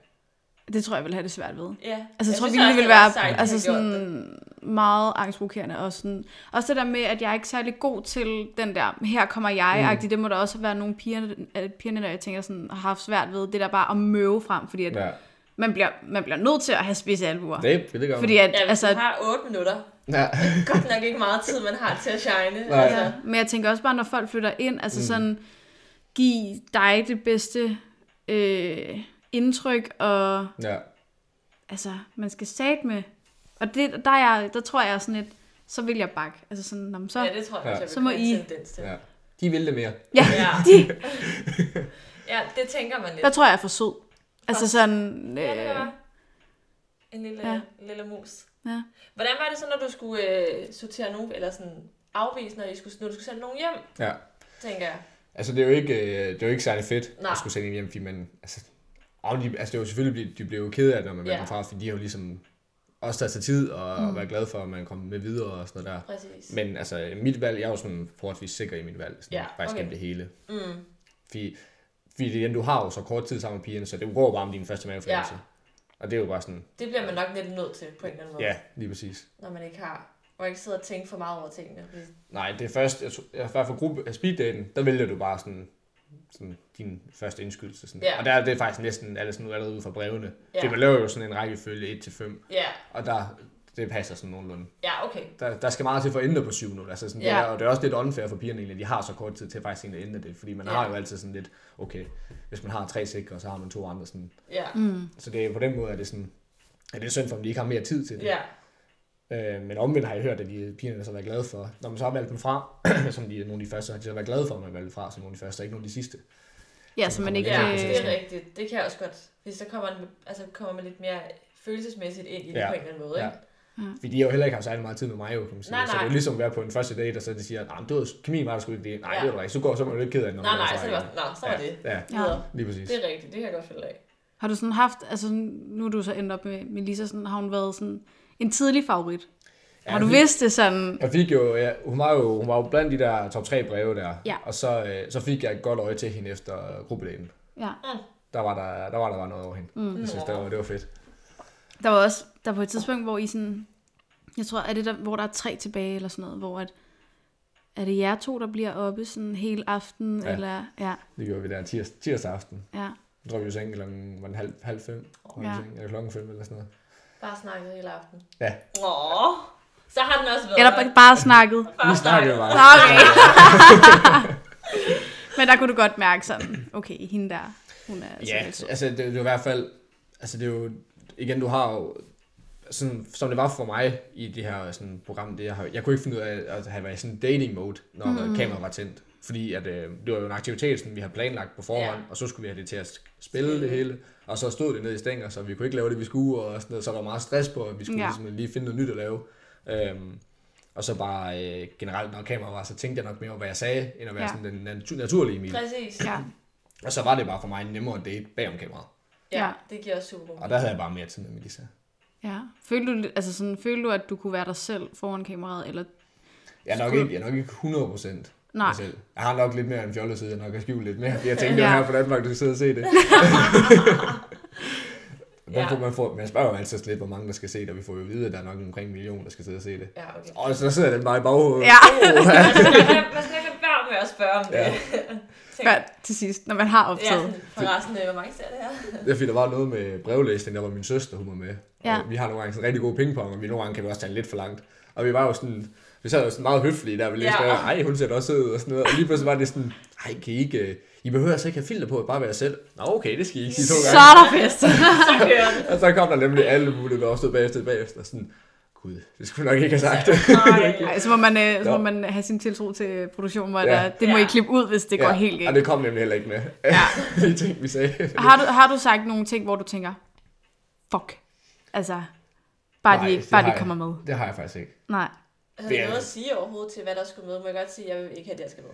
Det tror jeg, jeg ville have det svært ved.
Ja.
Altså, jeg tror
synes
virkelig, det
også,
ville være
var sejt, at
altså,
jeg gjorde det.
sådan meget angstprovokerende. Og sådan, også det der med, at jeg er ikke særlig god til den der, her kommer jeg mm. Det må der også være nogle piger, øh, pigerne, der jeg tænker sådan, har haft svært ved. Det der bare at møve frem, fordi at ja.
Ja,
man, bliver, man bliver nødt til at have spidse albuer.
det, det gør
Fordi at, ja,
Ja, hvis
altså,
altså... du har 8 minutter,
Ja.
godt nok ikke meget tid, man har til at shine.
Nej.
Altså,
Ja. Men jeg tænker også bare, når folk flytter ind, altså mm.
Mm.
sådan, give dig det bedste øh, indtryk, og
ja.
altså, man skal sat med. Og det, der, er, jeg- der tror jeg er sådan lidt, så vil jeg bakke. Altså sådan, nå, men så,
ja, det tror jeg,
Ja.
også, jeg
Så
vil
må
kunne
I-
have en tendens til.
ja. De ville det mere.
ja,
Ja.
de,
ja, det tænker man lidt.
der tror jeg, jeg er for sød. Altså sådan,
Ja, det kan
øh,
være. En lille,
Ja.
ja. lille mus.
Ja.
Hvordan var det så, når du skulle øh, sortere nogen, eller sådan afvise, når, I skulle, når du skulle sende nogen hjem,
Ja.
tænker jeg.
Altså, det er jo ikke, øh, det er jo ikke særlig fedt
Nej.
at skulle sende en hjem, fordi man... Altså, og de, altså det er jo selvfølgelig, blevet- de blev jo ked af det, når man
Ja.
yeah. dem fra, fordi de har jo ligesom også taget sig tid og, mm. og været glad for, at man kom med videre og sådan noget der.
Præcis.
Men altså, mit valg, jeg er jo sådan forholdsvis sikker i mit valg, sådan,
Ja,
yeah, faktisk
okay.
okay. gennem det hele.
Mm.
Fordi, fordi det, er, du har jo så kort tid sammen med pigerne, så det går jo bare om din første mavefornemmelse.
Ja.
Yeah. Og det er jo bare sådan,
Det bliver man nok lidt nødt til på en eller anden måde,
ja, lige præcis.
når man ikke har og ikke sidder og tænker for meget over tingene. fordi-
Nej, det er først, jeg, tror- jeg, i hvert fald gruppe, speeddaten, der vælger du bare sådan, sådan din første indskydelse. Sådan.
Ja.
Og der er det faktisk næsten alle sådan, allerede ud fra brevene.
Ja.
Ja. Det man laver jo sådan en rækkefølge 1-5,
Ja,
og der, det passer sådan nogenlunde.
Ja, okay.
Der, der skal meget til for at ændre på syv nu. Altså sådan, ja.
Ja.
det er, og det er også lidt unfair for pigerne egentlig, at de har så kort tid til faktisk egentlig at ændre det. Fordi man
Ja.
ja. har jo altid sådan lidt, okay, hvis man har tre sikre, så har man to andre. Sådan.
Ja.
Mm.
Så det er på den måde, at det er sådan, at det er synd for, at de ikke har mere tid til det.
Ja.
Øh, men omvendt har jeg hørt, at de pigerne så har været glade for, når man så har valgt dem fra, som de, nogle af de første, så har de så været glade for, at man valgte fra som nogle af de første, og ikke nogle af de sidste.
Ja, så man ikke...
Ja,
Ja,
øh,
det er rigtigt. Det kan jeg også godt. Hvis så kommer man, altså, kommer man lidt mere følelsesmæssigt ind i det
Ja.
på en eller anden måde.
Ja.
Ikke?
Fordi de har jo heller ikke haft særlig meget tid med mig, jo, kan man sige.
Nej,
så det er
nej.
jo ligesom at være på en første date, og så de siger, nej, du var kemien var der sgu ikke det. Nej,
Ja.
det var der ikke. Så går så er man jo lidt ked af det, når
Nej,
man går
nej,
fra
så er det
igen.
bare, nå, så var
ja,
det.
Ja,
ja.
lige præcis.
Det er rigtigt, det kan jeg godt følge af.
Har du sådan haft, altså nu er du så endt op med, med Lisa, sådan, har hun været sådan en tidlig favorit? Ja, har
jeg
du
fik-
vidst det sådan?
Jeg fik jo, ja, hun var jo, hun var jo blandt de der top 3 breve der,
Ja.
og så, øh, så fik jeg et godt øje til hende efter gruppedagen.
Ja.
Der var der, der, var der bare noget over hende. Mm. Jeg synes, det var, det var fedt.
Der var også, der var et tidspunkt, hvor I sådan, jeg tror, er det der, hvor der er tre tilbage eller sådan noget, hvor at, er det jer to, der bliver oppe sådan hele aften, ja.
Ja.
eller, ja,
Det gjorde vi der tirs, tirsdag aften.
ja.
Jeg tror, vi var i seng klokken var den halv, halv fem, var vi i
Ja.
seng, eller klokken fem eller sådan noget.
Bare snakket hele aften.
Ja,
Åh, så har den også været.
Eller
der.
ba- bare snakket.
vi snakkede jo
Nå,
bare.
Okay. Men der kunne du godt mærke sådan, okay, hende der, hun er
Ja,
lidt sød.
altså det, det er jo i hvert fald, altså det er jo, igen, du har jo, sådan, som det var for mig i det her sådan, program, det, jeg, har, jeg kunne ikke finde ud af at have været i sådan dating mode, når mm. kameraet var tændt. Fordi at, øh, det var jo en aktivitet, sådan, vi havde planlagt på forhånd,
Ja.
og så skulle vi have det til at spille det hele. Og så stod det ned i stænger, så vi kunne ikke lave det, vi skulle, og sådan noget, så der var meget stress på, at vi skulle
Ja.
ja. ligesom lige finde noget nyt at lave. Øhm, og så bare øh, generelt, når kameraet var, så tænkte jeg nok mere over, hvad jeg sagde, end at være
Ja.
ja. sådan den natu- naturlige Emil.
Præcis.
Ja,
Og så var det bare for mig nemmere at date bagom kameraet.
Ja,
Ja.
det giver også super god
Og der havde jeg bare mere tid med Melissa.
ja. Følte du, altså sådan, følte du, at du kunne være dig selv foran kameraet, eller
Jeg er nok ikke, jeg er nok ikke 100 procent
Nej.
selv. Jeg har nok lidt mere en fjollet side, jeg nok har skjult lidt mere. fordi Jeg tænkte,
Ja.
ja. her på Danmark, du kan sidde og se det.
Ja.
Man, får, man, får, man spørger jo altid lidt, hvor mange der skal se det, og vi får jo at vide, at der er nok omkring en million, der skal sidde og se det.
Ja, okay.
Og så sidder den bare i baghovedet.
Ja.
Oh, ja.
Man skal lade- man skal ikke lade være med at spørge om det.
Ja.
Tænk,
før til sidst, når man har
ja,
optaget?
sådan, forresten, øh, hvor mange ser det her?
Det er fordi, der var noget med brevlæsning, der var min søster, hun var med.
Ja.
Og vi har nogle gange sådan en rigtig god pingpong, og vi nogle gange kan vi også tage den lidt for langt. Og vi var jo sådan, vi sad jo sådan meget høflige der, vi læste,
Ja.
ja. ej, hun ser da også sød ud, og sådan noget. Og lige pludselig var det sådan, ej, kan I ikke, øh, I behøver altså ikke have filter på, bare være jer selv. Nå, okay, det skal I ikke sige to
Så er
gange.
der fest.
Så kører den.
Og så kom der nemlig alle mulige, der også stod bagefter, bagefter, og sådan, gud, det skulle vi nok ikke have sagt.
Nej,
Ej, så må man, øh, så må
Nå.
man have sin tiltro til produktionen, hvor
Ja.
ja. det må I
Ja.
klippe ud, hvis det ja. går helt
Og
galt.
det kom nemlig heller ikke med. de ting, vi sagde.
Har du, har du sagt nogle ting, hvor du tænker, fuck, altså, bare,
Nej,
de,
det
bare
har
de
jeg-
kommer med?
Det har jeg faktisk ikke.
Nej.
Havde du
Det er-
noget at sige overhovedet til, hvad der skulle med? Må jeg godt sige, at jeg vil ikke have, at jeg skal med?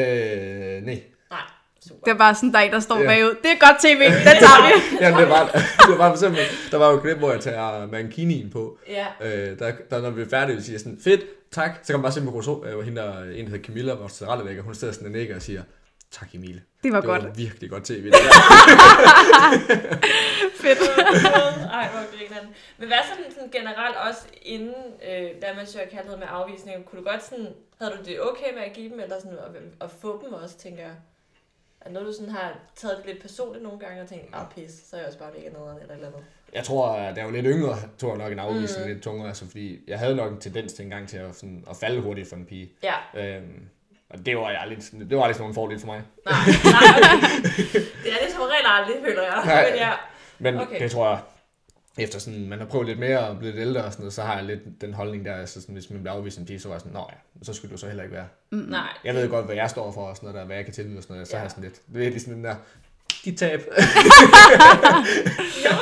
Øh, nej.
Nej, super.
Det er bare sådan, der er en, der står
Ja.
bagud. Det er godt tv, den tager vi.
Jamen, det var, det var for eksempel, der var jo et klip, hvor jeg tager mankinien på.
Ja.
Øh, der, der, når vi er færdige, siger jeg sådan, fedt, tak. Så kan man bare se på Rousseau, øh, hvor hende der, en der hedder Camilla, vores tilrettelægger, hun sidder sådan og nikker og siger, tak Emil.
Det var
Det
godt.
var virkelig godt tv. Det der.
Fedt.
Ej, hvor grineren. Men hvad så den sådan generelt også inden, øh, da man søger kærlighed med afvisninger, kunne du godt sådan, havde du det okay med at give dem, eller sådan at, at få dem også, tænker jeg? Er noget, du sådan har taget det lidt personligt nogle gange og tænkt, ah pis, så er jeg også bare væk af noget eller et eller andet.
jeg tror, at da jeg var lidt yngre, tog jeg nok en afvisning mm. lidt tungere, altså, fordi jeg havde nok en tendens til engang til at, sådan, at falde hurtigt for en pige.
Ja,
Øhm, og det var, jeg aldrig, sådan- det var aldrig sådan en fordel for mig.
nej, nej, okay. Det er det som regel aldrig, føler jeg.
Nej.
Men ja,
Men
Okay.
okay. det tror jeg, efter sådan, man har prøvet lidt mere og blevet lidt ældre og sådan noget, så har jeg lidt den holdning der, altså sådan, hvis man bliver afvist en pige, så var jeg sådan, nå ja, så skulle du så heller ikke være.
nej.
Jeg ved godt, hvad jeg står for og sådan noget der, hvad jeg kan tilbyde og sådan noget, så
Ja.
ja. har jeg sådan lidt, det er lidt ligesom den der, de tab.
Ja.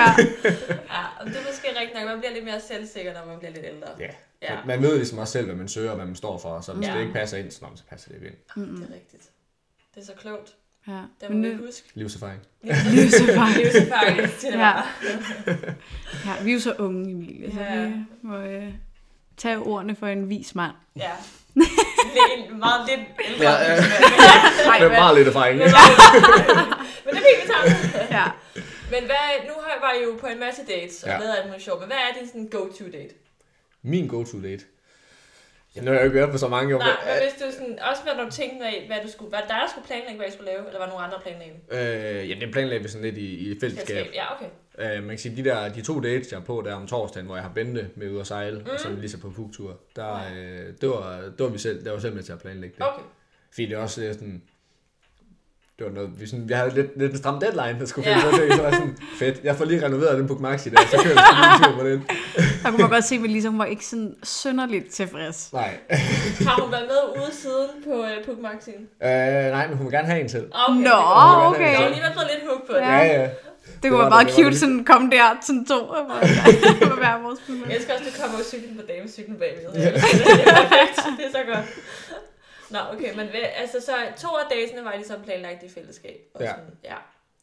Ja.
ja, men det er måske rigtigt nok. Man bliver lidt mere selvsikker, når man bliver lidt ældre.
ja.
Ja.
ja. Man ved ligesom også selv, hvad man søger og hvad man står for, så hvis
Ja.
ja. det ikke passer ind, så, nå, men så passer det ikke ind.
Det er rigtigt. Det er så klogt.
ja.
Det må
Men
vi
nu,
huske.
Livserfaring.
Livserfaring.
Livserfaring til det
Ja.
var.
ja, vi er jo så unge, Emilie, så
Ja.
vi må øh, tage ordene for en vis mand.
Ja. Lidt, en meget lidt ældre.
Ja,
Ja,
ja.
ja.
Nej,
Det er meget lidt erfaring.
Men det fik vi sammen.
Ja.
Men hvad, nu har var I jo på en masse dates, og
Ja.
ja. lavet alt muligt sjovt. Men hvad er din sådan go-to date?
Min go-to date. Ja, nu har jeg jo ikke været på så mange år.
Nej, men
men-
hvis du sådan, også hvad du tænkte af, hvad du skulle, var det dig, der skulle planlægge, hvad jeg skulle lave, eller var der nogen andre, der planlagde det?
Øh, jamen, det planlagde vi sådan lidt i, i fællesskab.
Ja, okay.
Øh, man kan sige, de, der, de to dates, jeg er på der om torsdagen, hvor jeg har Bente med ud at sejle, mm. og så er vi lige så på fugtur, der, øh, det, var, det var vi selv, der var selv med til at planlægge det.
Okay.
Fordi det er også øh, sådan... Det var noget, vi, sådan, vi havde lidt, lidt en stram deadline, der skulle
Ja.
finde på det, så var jeg sådan, fedt, jeg får lige renoveret den på Maxi der, så kører vi sgu lige en tur på den.
Der kunne man godt se, at Melissa hun var ikke sådan sønderligt tilfreds.
Nej.
Har hun været med ude siden på øh, Puk Magasin?
Øh, nej, men hun vil gerne have en til.
Okay.
Nå,
det-
okay.
Jeg har alligevel fået lidt hug på det.
Ja.
Ja, ja.
Det kunne
var
være meget
det, det var
cute,
det.
sådan komme der, sådan to, og på hver vores billede.
Jeg elsker også, at du kommer og cyklen på damecyklen bagved. Jeg elsker det. Det er perfekt. Det er så godt. Nå, okay, men hvad, altså så to af datesene var ligesom planlagt i fællesskab. Og
Ja.
Sådan, ja.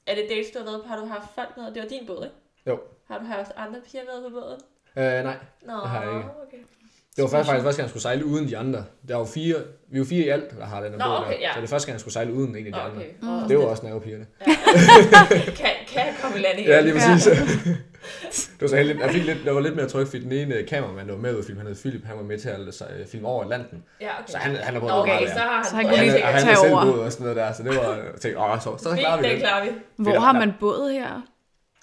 Er det dates, du har været på? Har du haft folk med? Det var din båd, ikke?
Jo.
Har du haft andre piger med på båden?
Øh, nej,
Nå,
Det har jeg ikke.
okay.
det var faktisk, faktisk første gang, jeg skulle sejle uden de andre. Der var fire, vi var fire i alt, der har den her
Nå,
båd
okay,
der.
ja.
Så det er første gang, jeg skulle sejle uden en af
Nå,
de andre.
okay.
Mm.
Og
Det var også nervepigerne.
Kan, kan jeg komme i land igen?
Ja, lige
Ja.
præcis. det var så heldigt. Jeg fik lidt, der var lidt mere tryk, fordi den ene øh, kameramand, der var med ud filmen, han hed Philip, han var med til at så, øh, filme over Atlanten.
Ja, okay.
Så han, han
Nå,
er både
okay,
meget
så
værd.
har han,
Så han
Og
kunne
han,
lige
er- og han
tage
er selv
over.
god og sådan noget der, så det var, øh, jeg tænkte, åh, så, så klarer vi
det.
det.
klarer vi.
Hvor
Fedt.
har man båd her?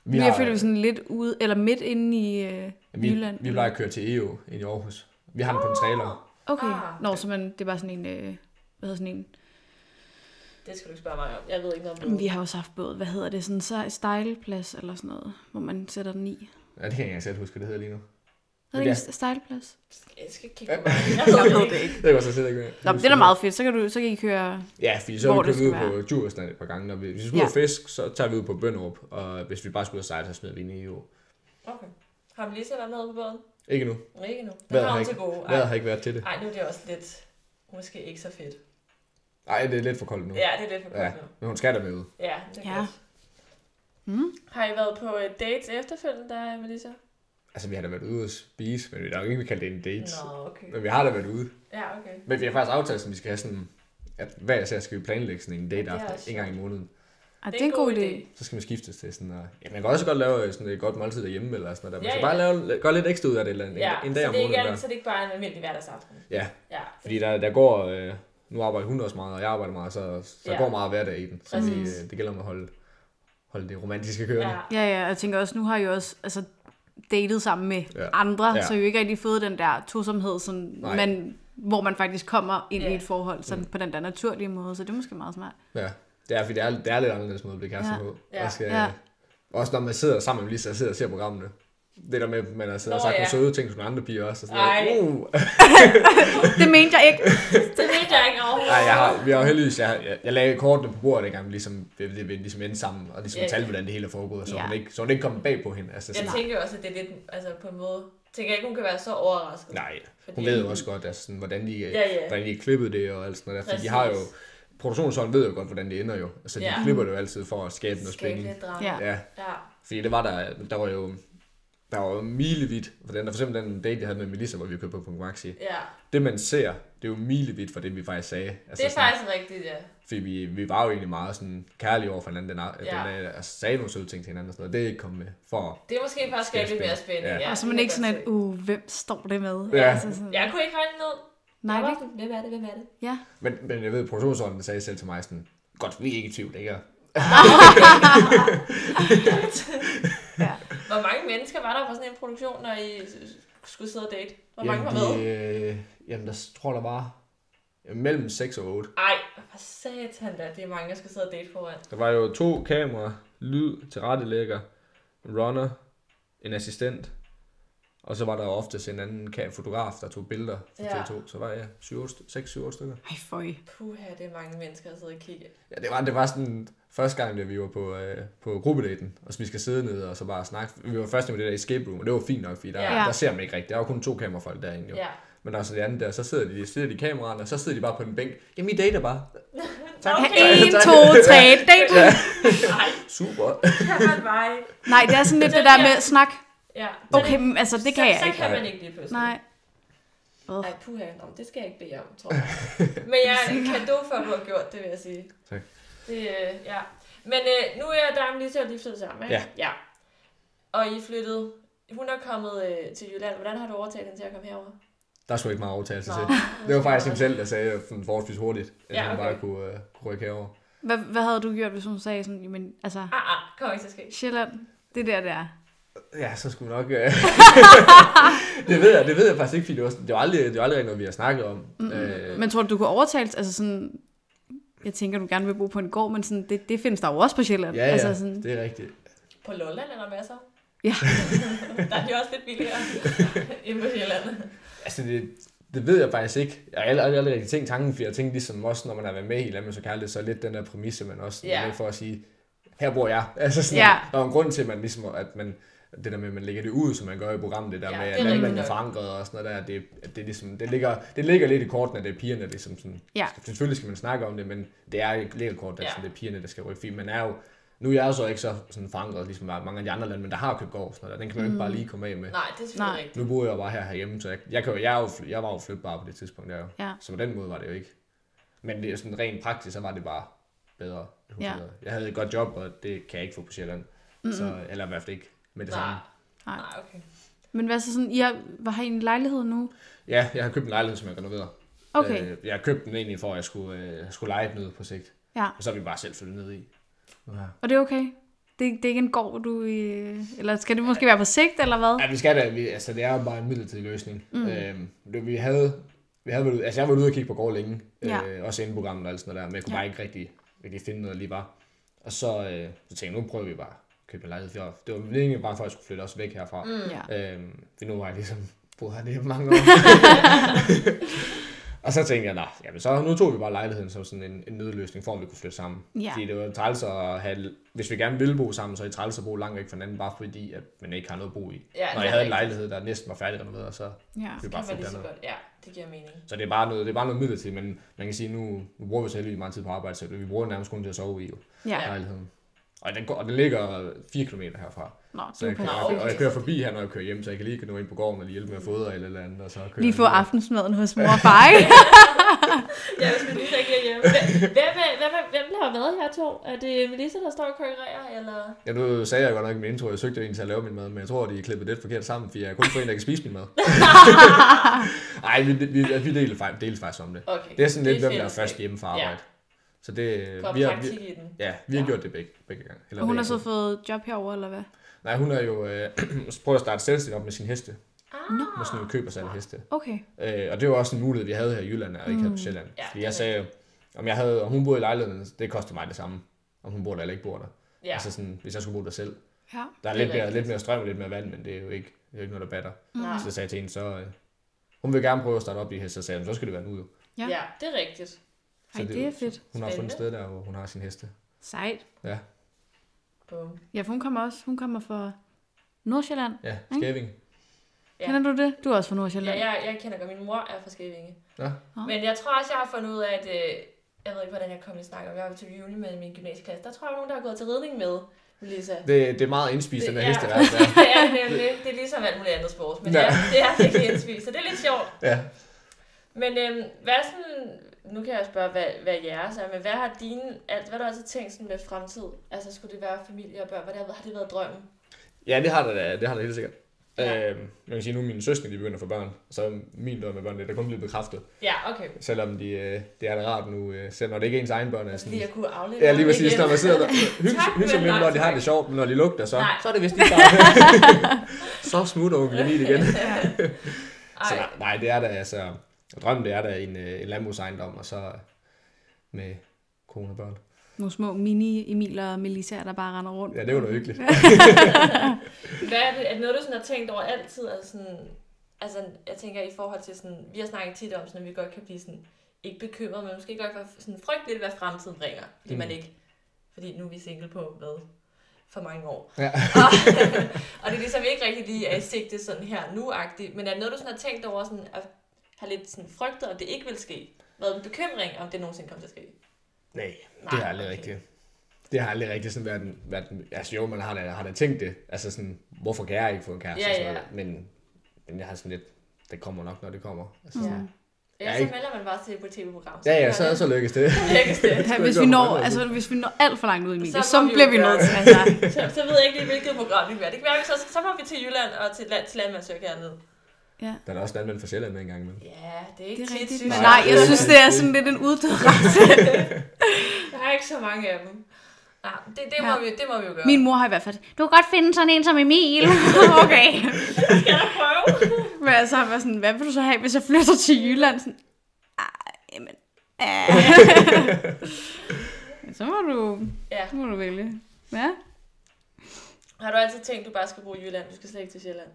Vi, har, øh,
har-
føler vi sådan lidt ude, eller midt inde i øh,
Vi,
Jylland.
vi plejer at køre til EO ind i Aarhus. Vi har den på en trailer.
Okay,
Ah.
Nå, så man, det er bare sådan en, øh, hvad hedder sådan en,
Det skal du ikke spørge mig om. Jeg ved ikke noget om
Jamen, vi
det.
har også haft båd, hvad hedder det, sådan en sej- stejleplads eller sådan noget, hvor man sætter den i.
Ja, det kan jeg ikke selv huske, hvad det hedder lige nu.
Er det
Ja.
ikke en stejleplads?
Jeg skal ikke kigge på mig. Jeg ved det ikke.
Det kan jeg selv ikke.
Nå, men det er da meget fedt, så kan, du, så kan I køre...
Ja, fordi så
Hvor
har vi
det
kørt ud
skal
på Djursland et par gange. Når vi, hvis vi skulle
Ja.
ud og fisk, så tager vi ud på Bønderup. Og hvis vi bare skulle ud og sejle, så smider vi ind i EO.
Okay. Har Melissa været med på båden?
Ikke nu.
Ikke nu. Det
Vejret
har
har
hun
ikke,
til gode. Ej.
vejret har ikke været til det.
Ej, nu er det også lidt... Måske ikke så fedt.
Nej, det er lidt for koldt nu.
Ja, det er lidt for koldt ja. nu.
Men hun skal da med ud.
Ja, det er
Ja.
ja. godt.
Mm.
Har I været på øh, dates efterfølgende, der, Melissa?
Altså, vi har da været ude og spise, men vi har nok ikke kaldt det en date.
Nå, okay.
Men vi har da været ude.
Ja, okay.
Men vi har faktisk aftalt, at vi skal have sådan, at hver især skal vi planlægge sådan en date
Ja, det er
aften
også
en gang i måneden.
Ej, det er en god idé.
Så skal man skiftes til sådan, og, ja, man kan også godt lave øh, sådan et godt måltid derhjemme eller sådan noget. der. Man
Ja,
skal
ja.
bare lave, gøre lidt ekstra ud af det eller andet,
Ja,
en, en dag
så,
om
det er ikke,
måneden.
alt-
Der.
så det er ikke bare en almindelig hverdagsaften.
Ja,
Ja,
fordi der, der går, øh, nu arbejder hun også meget, og jeg arbejder meget, så, så der
Ja.
går meget hverdag i den. Så vi,
Præcis.
øh, det gælder om at holde, holde det romantiske kørende.
ja.
Ja, ja, jeg tænker også, nu har I jo også altså, datet sammen med
Ja.
ja. andre,
Ja.
ja. så I jo ikke rigtig fået den der tosomhed, sådan,
Nej.
man, hvor man faktisk kommer ind ja.
Ja.
i et forhold sådan, mm. på den der naturlige måde, så det er måske meget smart.
Ja, det er, fordi det er, det er lidt anderledes måde at blive kærester
Ja.
på.
Ja.
Og skal,
Ja.
Også når man sidder sammen med Lisa og sidder og ser programmene. Det der med, at man har siddet og
Nå,
sagt
ja.
nogle søde ting til nogle andre piger også. Og
Ej.
noget. Uh.
Det mente jeg ikke.
Det ved jeg ikke overhovedet.
Ej, jeg har, vi har jo heldigvis, jeg, jeg, jeg lagde kortene på bordet dengang, vi ligesom, vi, vi, vi ligesom endte sammen, og ligesom
Ja.
yeah. talte, hvordan det hele er foregået, så,
Ja.
yeah. hun ikke, så hun ikke kom bag på hende. Altså,
Jeg
sådan,
tænker jo også, at det er lidt, altså på en måde, tænker jeg ikke, hun kan være så overrasket.
nej, hun
Fordi-
ved jo også godt, altså, sådan, hvordan, de,
Ja, ja.
hvordan de klippede det og alt sådan noget der, fordi
Præcis.
de har jo, produktionsholdet ved jo godt, hvordan det ender jo, altså de
Ja.
klipper det jo altid for at skabe noget
Skabe
spænding.
lidt drama.
Ja.
Ja,
ja.
Fordi det var der, der var jo der var jo milevidt, for den der for eksempel den date, jeg havde med Melissa, hvor vi købte på Punkt Maxi.
ja.
Det man ser, det er jo milevidt for det, vi faktisk sagde. Altså,
Det er
sådan,
faktisk rigtigt, ja.
Fordi vi, vi var jo egentlig meget sådan kærlige over for hinanden, den, ar-
Ja.
den dag, og sagde nogle søde ting til hinanden og sådan noget. Det er ikke kommet med for.
Det er måske faktisk
Skabe
lidt mere
spænding.
spændende.
Ja.
Ja.
og så er man
det
ikke
kan
sådan,
jeg
at, uh, hvem står det med? Altså,
Ja.
sådan,
se. Jeg kunne ikke regne ned.
nej,
Jeg
det
var
er ikke.
sådan, Hvem er det? Hvem er det?
Ja.
Men, men jeg ved, at produktionsordenen sagde selv til mig sådan, godt, vi er ikke i tvivl, ikke?
ja.
Hvor mange mennesker var der på sådan en produktion, når I skulle sidde og date? Hvor mange var
de,
med?
øh, jamen, der tror der var mellem 6 og 8.
Ej, for satan da, det er mange, der skal sidde og date foran.
Der var jo to kameraer, lyd, tilrettelægger, en runner, en assistent, og så var der jo oftest en anden ka- fotograf, der tog billeder for
Ja.
TV2. Så var jeg 6-7 stykker.
Ej, føj.
Puha, det er mange mennesker, der sidder og kigger.
Ja, det var, det var sådan første gang, da vi var på, øh, på gruppedaten, og så vi skal sidde nede og så bare snakke. Vi var først med det der escape room, og det var fint nok, fordi der,
Ja.
ja. der ser man ikke rigtigt. Der var kun to kamerafolk derinde, jo. Ja.
Ja.
Men der er så det andet der, så sidder de, sidder de i kameraerne, og så sidder de bare på en bænk. Jamen, I dater bare.
Okay,
En, to, tre, date.
nej,
Super.
kan man bare ikke.
Nej, det er sådan lidt det der med snak.
Ja.
Okay, men altså, det kan
så,
jeg
så
ikke.
kan man ikke lige pludselig.
Nej. Åh,
Ej, puha, Nå, det skal jeg ikke bede om, tror jeg. Men jeg er en kado for, at du har gjort det, vil jeg sige.
Tak.
Det, øh, ja. Men øh, nu er der og Lisa jo lige flyttet sammen, ikke?
Ja.
ja. Og I er flyttet. Hun er kommet øh, til Jylland. Hvordan har du overtalt hende til at komme herover?
Der skulle ikke meget overtagelse til.
Nå.
Det var faktisk ham selv, der sagde at den forholdsvis hurtigt, at
Ja,
ja, okay.
okay.
han bare kunne, øh, kunne rykke herover.
Hvad, hvad havde du gjort, hvis hun sagde sådan, jamen, altså,
Ah, ah, kommer ikke til at ske.
Sjælland, det er der, det er.
Ja, så skulle vi nok... Øh... det, ved jeg, det ved jeg faktisk ikke, fordi det var, sådan- det var aldrig, det var aldrig noget, vi har snakket om. Mm-hmm. Øh,
Men tror du, du kunne overtales, altså sådan, jeg tænker, du gerne vil bo på en gård, men sådan, det, det findes der jo også på Sjælland.
ja, ja,
altså sådan,
det er rigtigt.
På Lolland er der masser.
Ja.
der er de også lidt billigere end på Sjælland.
Altså, det, det ved jeg faktisk ikke. Jeg har aldrig, aldrig, aldrig rigtig tænkt tanken, fordi jeg tænkte ligesom også, når man har været med i Lad mig så kærlighed, så er lidt den der præmisse, man også
Ja.
yeah. med for at sige, her bor jeg. Altså sådan,
Ja.
der er jo en grund til, at man ligesom, at man, det der med, at man lægger det ud, som man gør i programmet, det der
Ja,
med,
det er
at landmanden
rigtigt
er
nok.
forankret og sådan noget der, det, at det, ligesom, det, ligger, det ligger lidt i kortene, at det er pigerne, der ligesom sådan,
Ja.
selvfølgelig skal man snakke om det, men det er ikke lidt i kortene, at
Ja.
sådan, det er pigerne, der skal rykke, fordi man er jo, nu er jeg jo så ikke så sådan forankret, ligesom mange af de andre lande, men der har købt gård og sådan noget, der. den kan man
Mm.
jo ikke bare lige komme af med.
Nej, det er selvfølgelig
Nej.
rigtigt.
Nu boede jeg jo bare her herhjemme, så jeg, jeg, kan jo, jeg, er jo, fly- jeg var jo flytbar på det tidspunkt. Jeg,
Ja.
Så på den måde var det jo ikke. Men det er sådan rent praktisk, så var det bare bedre. Det var
Ja.
bedre. Jeg havde et godt job, og det kan jeg ikke få på Sjælland. Mm-hmm. Så, eller i hvert fald ikke med det
Nej.
samme.
Nej.
Nej, okay.
men hvad så sådan, I har, hvad har I en lejlighed nu?
Ja, jeg har købt en lejlighed, som jeg renoverer.
Okay,
Øh, jeg har købt den egentlig for, at jeg skulle, øh, skulle lege den ud på sigt.
ja.
Og så er vi bare selv flyttet ned i. Ja.
Og det er okay? Det, det er ikke en gård, du... øh, Eller skal det måske være på sigt, eller hvad?
Ja, vi skal da. Vi, altså, det er jo bare en midlertidig løsning. Mm. Øhm, det, vi havde, vi havde været ude, altså, jeg har været ude og kigge på gård længe.
Ja.
Øh, også inden programmet og alt sådan noget der, men jeg kunne
Ja.
ja. bare ikke rigtig, rigtig finde noget der lige var. Og så, øh, så tænkte jeg, nu prøver vi bare at købe en lejlighed. for jeg- Det var egentlig bare for, at jeg skulle flytte os væk herfra. Mm.
Ja.
Øhm, for nu har jeg ligesom boet her i mange år. og så tænkte jeg, nej, jamen så nu tog vi bare lejligheden som sådan en, en nødløsning, for at vi kunne flytte sammen.
Ja.
Fordi det var træls at have, hvis vi gerne ville bo sammen, så er det træls at bo langt væk fra hinanden, bare fordi, at man ikke har noget at bo i.
Ja,
Når
det er
jeg havde en
rigtigt.
lejlighed, der næsten var færdig renoveret, så
Ja.
vi
Det
bare
kan man
flytte
lige så
derned.
godt. Ja, det giver mening.
Så det er bare noget, det er bare noget midlertidigt, men man kan sige, nu, nu bruger vi så heldigvis meget tid på arbejde, så vi bruger nærmest kun til at sove i jo,
Ja.
lejligheden. Og den, går, og den ligger 4 km herfra.
Nå,
Så jeg
super.
kører,
Nå, okay.
og jeg kører forbi her, når jeg kører hjem, så jeg kan lige nå ind på gården og lige hjælpe med at fodre eller et eller andet, og så kører
Lige
jeg
få
videre.
aftensmaden hos mor og far, ikke?
Ja, hvis man lige ikke er hjemme. Hvem, hvem, hvem, hvem der har været her to? Er det Melissa, der står og konkurrerer, eller?
Ja, nu sagde jeg godt nok i min intro, at jeg søgte en til at lave min mad, men jeg tror, de er klippet lidt forkert sammen, fordi jeg er kun for en, der kan spise min mad. Nej, vi, vi, vi deler, fakt- deles faktisk om det.
Okay.
Det er sådan lidt, hvem der er
fællesskab.
først hjemme fra
Ja.
arbejde. Så det,
Kom
vi har,
taktik
vi,
i den.
ja, vi har
Ja.
gjort det begge, begge gange. Eller
Og hun har
begge
så
gange.
fået job herover eller hvad?
Nej, hun har jo øh, prøvet at starte selvstændigt op med sin heste.
Ah.
Med sådan noget køb og salg af heste.
Okay.
Øh, og det var også en mulighed, vi havde her i Jylland, og ikke havde på Sjælland.
Mm. Ja,
Ja, fordi
det er
jeg sagde, om, jeg havde, om hun boede i lejligheden, det kostede mig det samme. Om hun bor der eller ikke bor der. Ja.
Ja,
Altså sådan, hvis jeg skulle bo der selv.
Ja.
Der er,
Det er
lidt mere,
rigtigt.
lidt mere strøm og lidt mere vand, men det er jo ikke, det er jo ikke noget, der batter.
Nej.
Så jeg sagde til hende, så... Øh, hun vil gerne prøve at starte op i hest, så sagde hun, så skal det være nu jo.
Ja.
ja, det er rigtigt.
Så
Ej, det er fedt.
Hun har fundet et
Spændende.
sted der, hvor hun har sin heste.
Sejt.
Ja,
Bum.
Ja, for hun kommer også. Hun kommer fra Nordsjælland.
ja. Skæving.
Ja.
Kender du det? Du er også fra
Ja,
Nordsjælland.
jeg, jeg kender godt, min mor er fra Skævinge.
Ja.
Men jeg tror også, jeg har fundet ud af, at... Øh, jeg ved ikke, hvordan jeg kom i snak om. Jeg var til juni med min gymnasieklasse. Der tror jeg, der er nogen, der har gået til ridning med Melissa.
Det, det er meget indspist, den her
Ja.
heste der. er.
Det er nemlig. Det er ligesom alt muligt andet sport. Men
Ja.
ja. det, er, det er virkelig indspist, så det er lidt sjovt.
Ja.
Men øhm, hvad er sådan, nu kan jeg spørge, hvad, hvad jeres er, men hvad har dine, alt, hvad har du altid tænkt sådan med fremtid? Altså skulle det være familie og børn? Hvad det har, har det været drømmen?
Ja, det har der, da- det har der helt sikkert.
Ja.
Ja. Øhm, man kan sige, nu er mine søstre, de begynder at få børn, så min drøm med børn, det er der kun blevet bekræftet.
Ja, okay. selvom
Selvom de, øh, det er da rart nu, øh, selv når det ikke er ens egen børn. Er
Fordi
sådan,
jeg kunne aflevere
ja, lige
dem
præcis,
igen.
når man sidder der,
Tak,
hygge sig
men
med dem,
nej,
når de har
tak.
det sjovt, men når de lugter, så,
Nej.
så er det vist ikke bare. så smutter onkel Emil igen. Så
Ej,
nej, nej, det er da, altså, drømmen det er da en, øh, en landbrugsejendom, og så øh, med kone og børn.
Nogle små mini-Emiler og Melissa, der bare render rundt.
Ja, det var da hyggeligt.
hvad er det, er det noget, du sådan har tænkt over altid? Altså, sådan, altså jeg tænker i forhold til sådan, vi har snakket tit om, sådan, at vi godt kan blive sådan, ikke bekymret, men måske godt være sådan frygteligt, hvad fremtiden bringer. Fordi mm. man ikke, fordi nu er vi single på, hvad, for mange år.
Ja.
og, og det er ligesom ikke rigtig lige er i sigte sådan her nu -agtigt, men er det noget, du sådan har tænkt over sådan, at have lidt sådan frygtet, at det ikke vil ske? Været en bekymring, om det nogensinde kommer til at ske?
Nej,
Nej,
det har aldrig
okay.
rigtigt. Det har aldrig rigtigt sådan været, en- været en- altså jo, man har da, har da tænkt det. Altså sådan, hvorfor kan jeg ikke få en kæreste?
Ja,
og sådan
ja.
noget. Men, men jeg har sådan lidt, det kommer nok, når det kommer. Altså, sådan, mm.
Ellers
Ja,
så
ikke-
melder man bare til på et tv-program.
Ja, ja, så, så lykkes det.
Lækkes det.
Ja,
skulle
hvis,
ikke
vi
være
når,
meget
altså, hvis vi når alt for langt ud, Emilie, så,
må
så
vi jo
bliver vi
gøre
nødt
det.
til. Altså.
Så, så ved jeg ikke lige, hvilket program det bliver. Det kan være, vi så, så må vi til Jylland og til, land, til landmandsøg hernede.
Ja.
Der er da også landmænd fra Sjælland med en gang imellem.
Ja, det er
Det
ikke
er
tit,
rigtigt.
synes
Men
jeg.
nej, jeg
det er
synes, det er sådan lidt en uddød race.
Der er ikke så mange af dem. Nej, det, det, må,
Ja.
vi, det må vi jo gøre.
Min mor har i hvert fald, du kan godt finde sådan en som Emil. okay.
skal der prøve.
Men altså, jeg var sådan, hvad vil du så have, hvis jeg flytter til Jylland? Sådan, "Ah, jamen, ah." Men så må du,
ja.
så må du vælge. Ja.
Har du altid tænkt, at du bare skal bo i Jylland? Du skal slet ikke til Sjælland.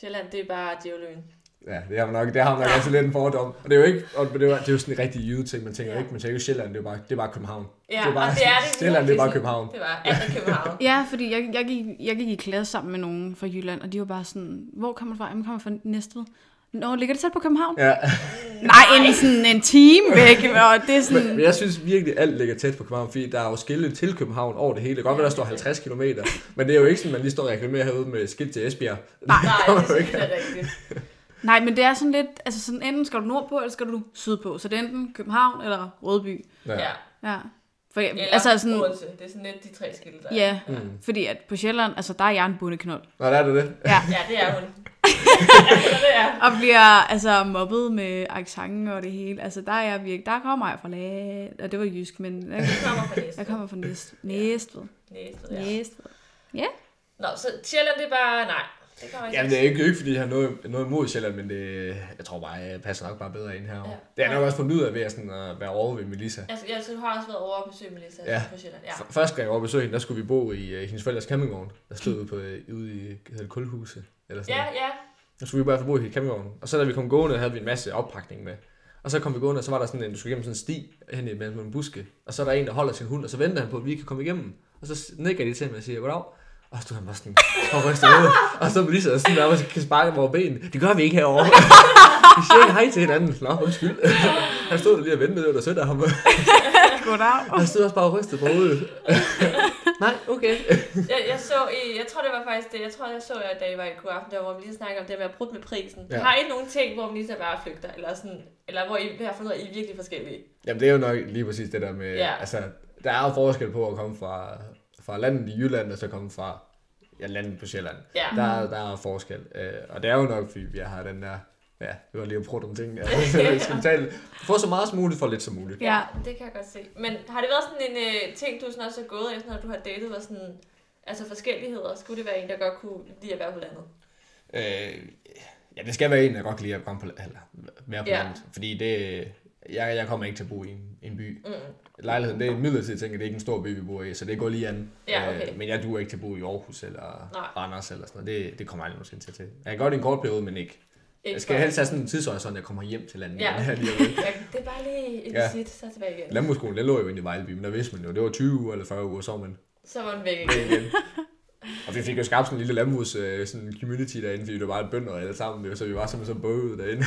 Sjælland, det er bare djævløen.
Ja, det har man nok, det har man nok altid lidt en fordom. Og det er jo ikke, og det er jo, det er jo sådan en rigtig jyde ting, man tænker
Ja.
jo ikke, man tænker jo Sjælland, det er jo bare, det er bare København.
Ja,
det er bare,
og det er det.
Sjælland, det er bare
virkelig.
København.
Det var alt er København.
Ja, fordi jeg, jeg, gik, jeg gik i klasse sammen med nogen fra Jylland, og de var bare sådan, hvor kommer du fra? Jamen, kommer fra Næstved. Nå, ligger det tæt på København?
Ja,
Nej, en, sådan en time væk, og det er sådan...
men jeg synes virkelig, alt ligger tæt på København, fordi der er jo skilte til København over det hele. Det kan godt være, der står 50 km, men det er jo ikke sådan, man lige står og reklamerer herude med skilt til Esbjerg.
Nej.
Nej,
Kommer
det
jo
synes
ikke.
jeg er rigtigt.
Nej, men det er sådan lidt, altså sådan enten skal du nordpå, eller skal du sydpå. Så det er enten København eller Rødby.
Ja.
Ja. For,
Eller
altså sådan,
Odense. Det er sådan lidt de tre skilte, der er.
ja,
Mm.
fordi at på Sjælland, altså der er jeg en bundeknold.
Nå, der er det det.
Ja,
Ja, det er hun. altså, det er.
og bliver altså mobbet med accenten og det hele. Altså der er jeg virkelig, der kommer jeg fra land, og det var jysk, men jeg,
Jeg kommer fra Næstved.
jeg kommer fra næst, Næstved.
Næstved, ja.
Næstved.
Nå, så Sjælland, det er bare... Nej, det kommer ikke.
Jamen, det er ikke, ikke fordi jeg har noget, noget imod Sjælland, men det, jeg tror bare, jeg passer nok bare bedre ind herovre.
Ja.
Ja. Det er nok også fundet ud af ved at, sådan, at være over ved Melissa.
Altså, jeg altså, du har også været over og besøge Melissa
Ja.
på Sjælland. Ja.
F- Første gang jeg var besøgte hende, der skulle vi bo i uh, hendes forældres campingvogn, der stod ude, på, uh, ude i hvad hedder det, kulhuset. Eller sådan
Ja,
noget.
ja.
Der skulle vi bare bo i hendes campingvogn. Og så da vi kom gående, havde vi en masse oppakning med. Og så kom vi gående, og så var der sådan en, du skulle igennem sådan en sti hen i mellem nogle buske. Og så er der en, der holder sin hund, og så venter han på, at vi kan komme igennem. Og så s- nikker de til ham og siger, goddag. Og så stod han bare sådan og rystede ud. Og så blev lige sådan der, og så kan sparke vores ben. Det gør vi ikke herovre. Vi siger ikke hej til hinanden. Nå, undskyld. Han stod der lige og ventede, det var da sødt af ham.
Goddag.
Han stod også bare og rystede på hovedet. Nej, okay.
Jeg, jeg, så i, jeg tror, det var faktisk det. Jeg tror, jeg så, jer, da I var i god aften, der, hvor vi lige snakkede om det med at brudt med prisen. Ja.
Ja.
Har I nogen ting, hvor Melissa bare flygter? Eller, sådan, eller hvor I har fundet ud af, at I er virkelig forskellige?
Jamen, det er jo nok lige præcis det der med,
Ja.
ja. altså, der er jo forskel på at komme fra, fra landet i Jylland, og så komme fra ja, landet på Sjælland.
Ja.
Der, der er forskel. Øh, og det er jo nok, fordi vi har den der, ja, vi var lige at prøve om tingene. Altså, vi skal betale. Få så meget som muligt, for lidt som muligt.
Ja.
det kan jeg godt se. Men har det været sådan en øh, ting, du sådan også har gået efter, når du har datet, var sådan, altså forskelligheder? Skulle det være en, der godt kunne lide at være på landet?
Øh, ja, det skal være en, der godt kan lide at komme på, eller, være på
Ja.
ja. landet. Fordi det, jeg, jeg kommer ikke til at bo i en, en by.
Mm.
Lejligheden, det er en midlertidig ting, og det er ikke en stor by, vi bor i, så det går lige an.
Ja, okay.
Øh, men jeg duer ikke til at bo i Aarhus eller
Nej.
Randers eller sådan noget. Det, det kommer jeg aldrig nogensinde til at til. Jeg kan godt i en kort periode, men ikke.
Ikke
Jeg skal
for-
helst have sådan en tidshorisont, jeg kommer hjem til landet.
Ja.
Lige om lidt.
ja, det er bare lige en
Ja.
ja. sit, så tilbage igen.
Landbrugsskolen, den lå jo inde i Vejleby, men der vidste man jo, det var 20 uger eller 40 uger, så var man
Så var den væk igen.
væk igen. Og vi fik jo skabt sådan en lille landbrugs øh, sådan en community derinde, fordi det var bare bønder alle sammen, det var- så vi var simpelthen så bøget derinde.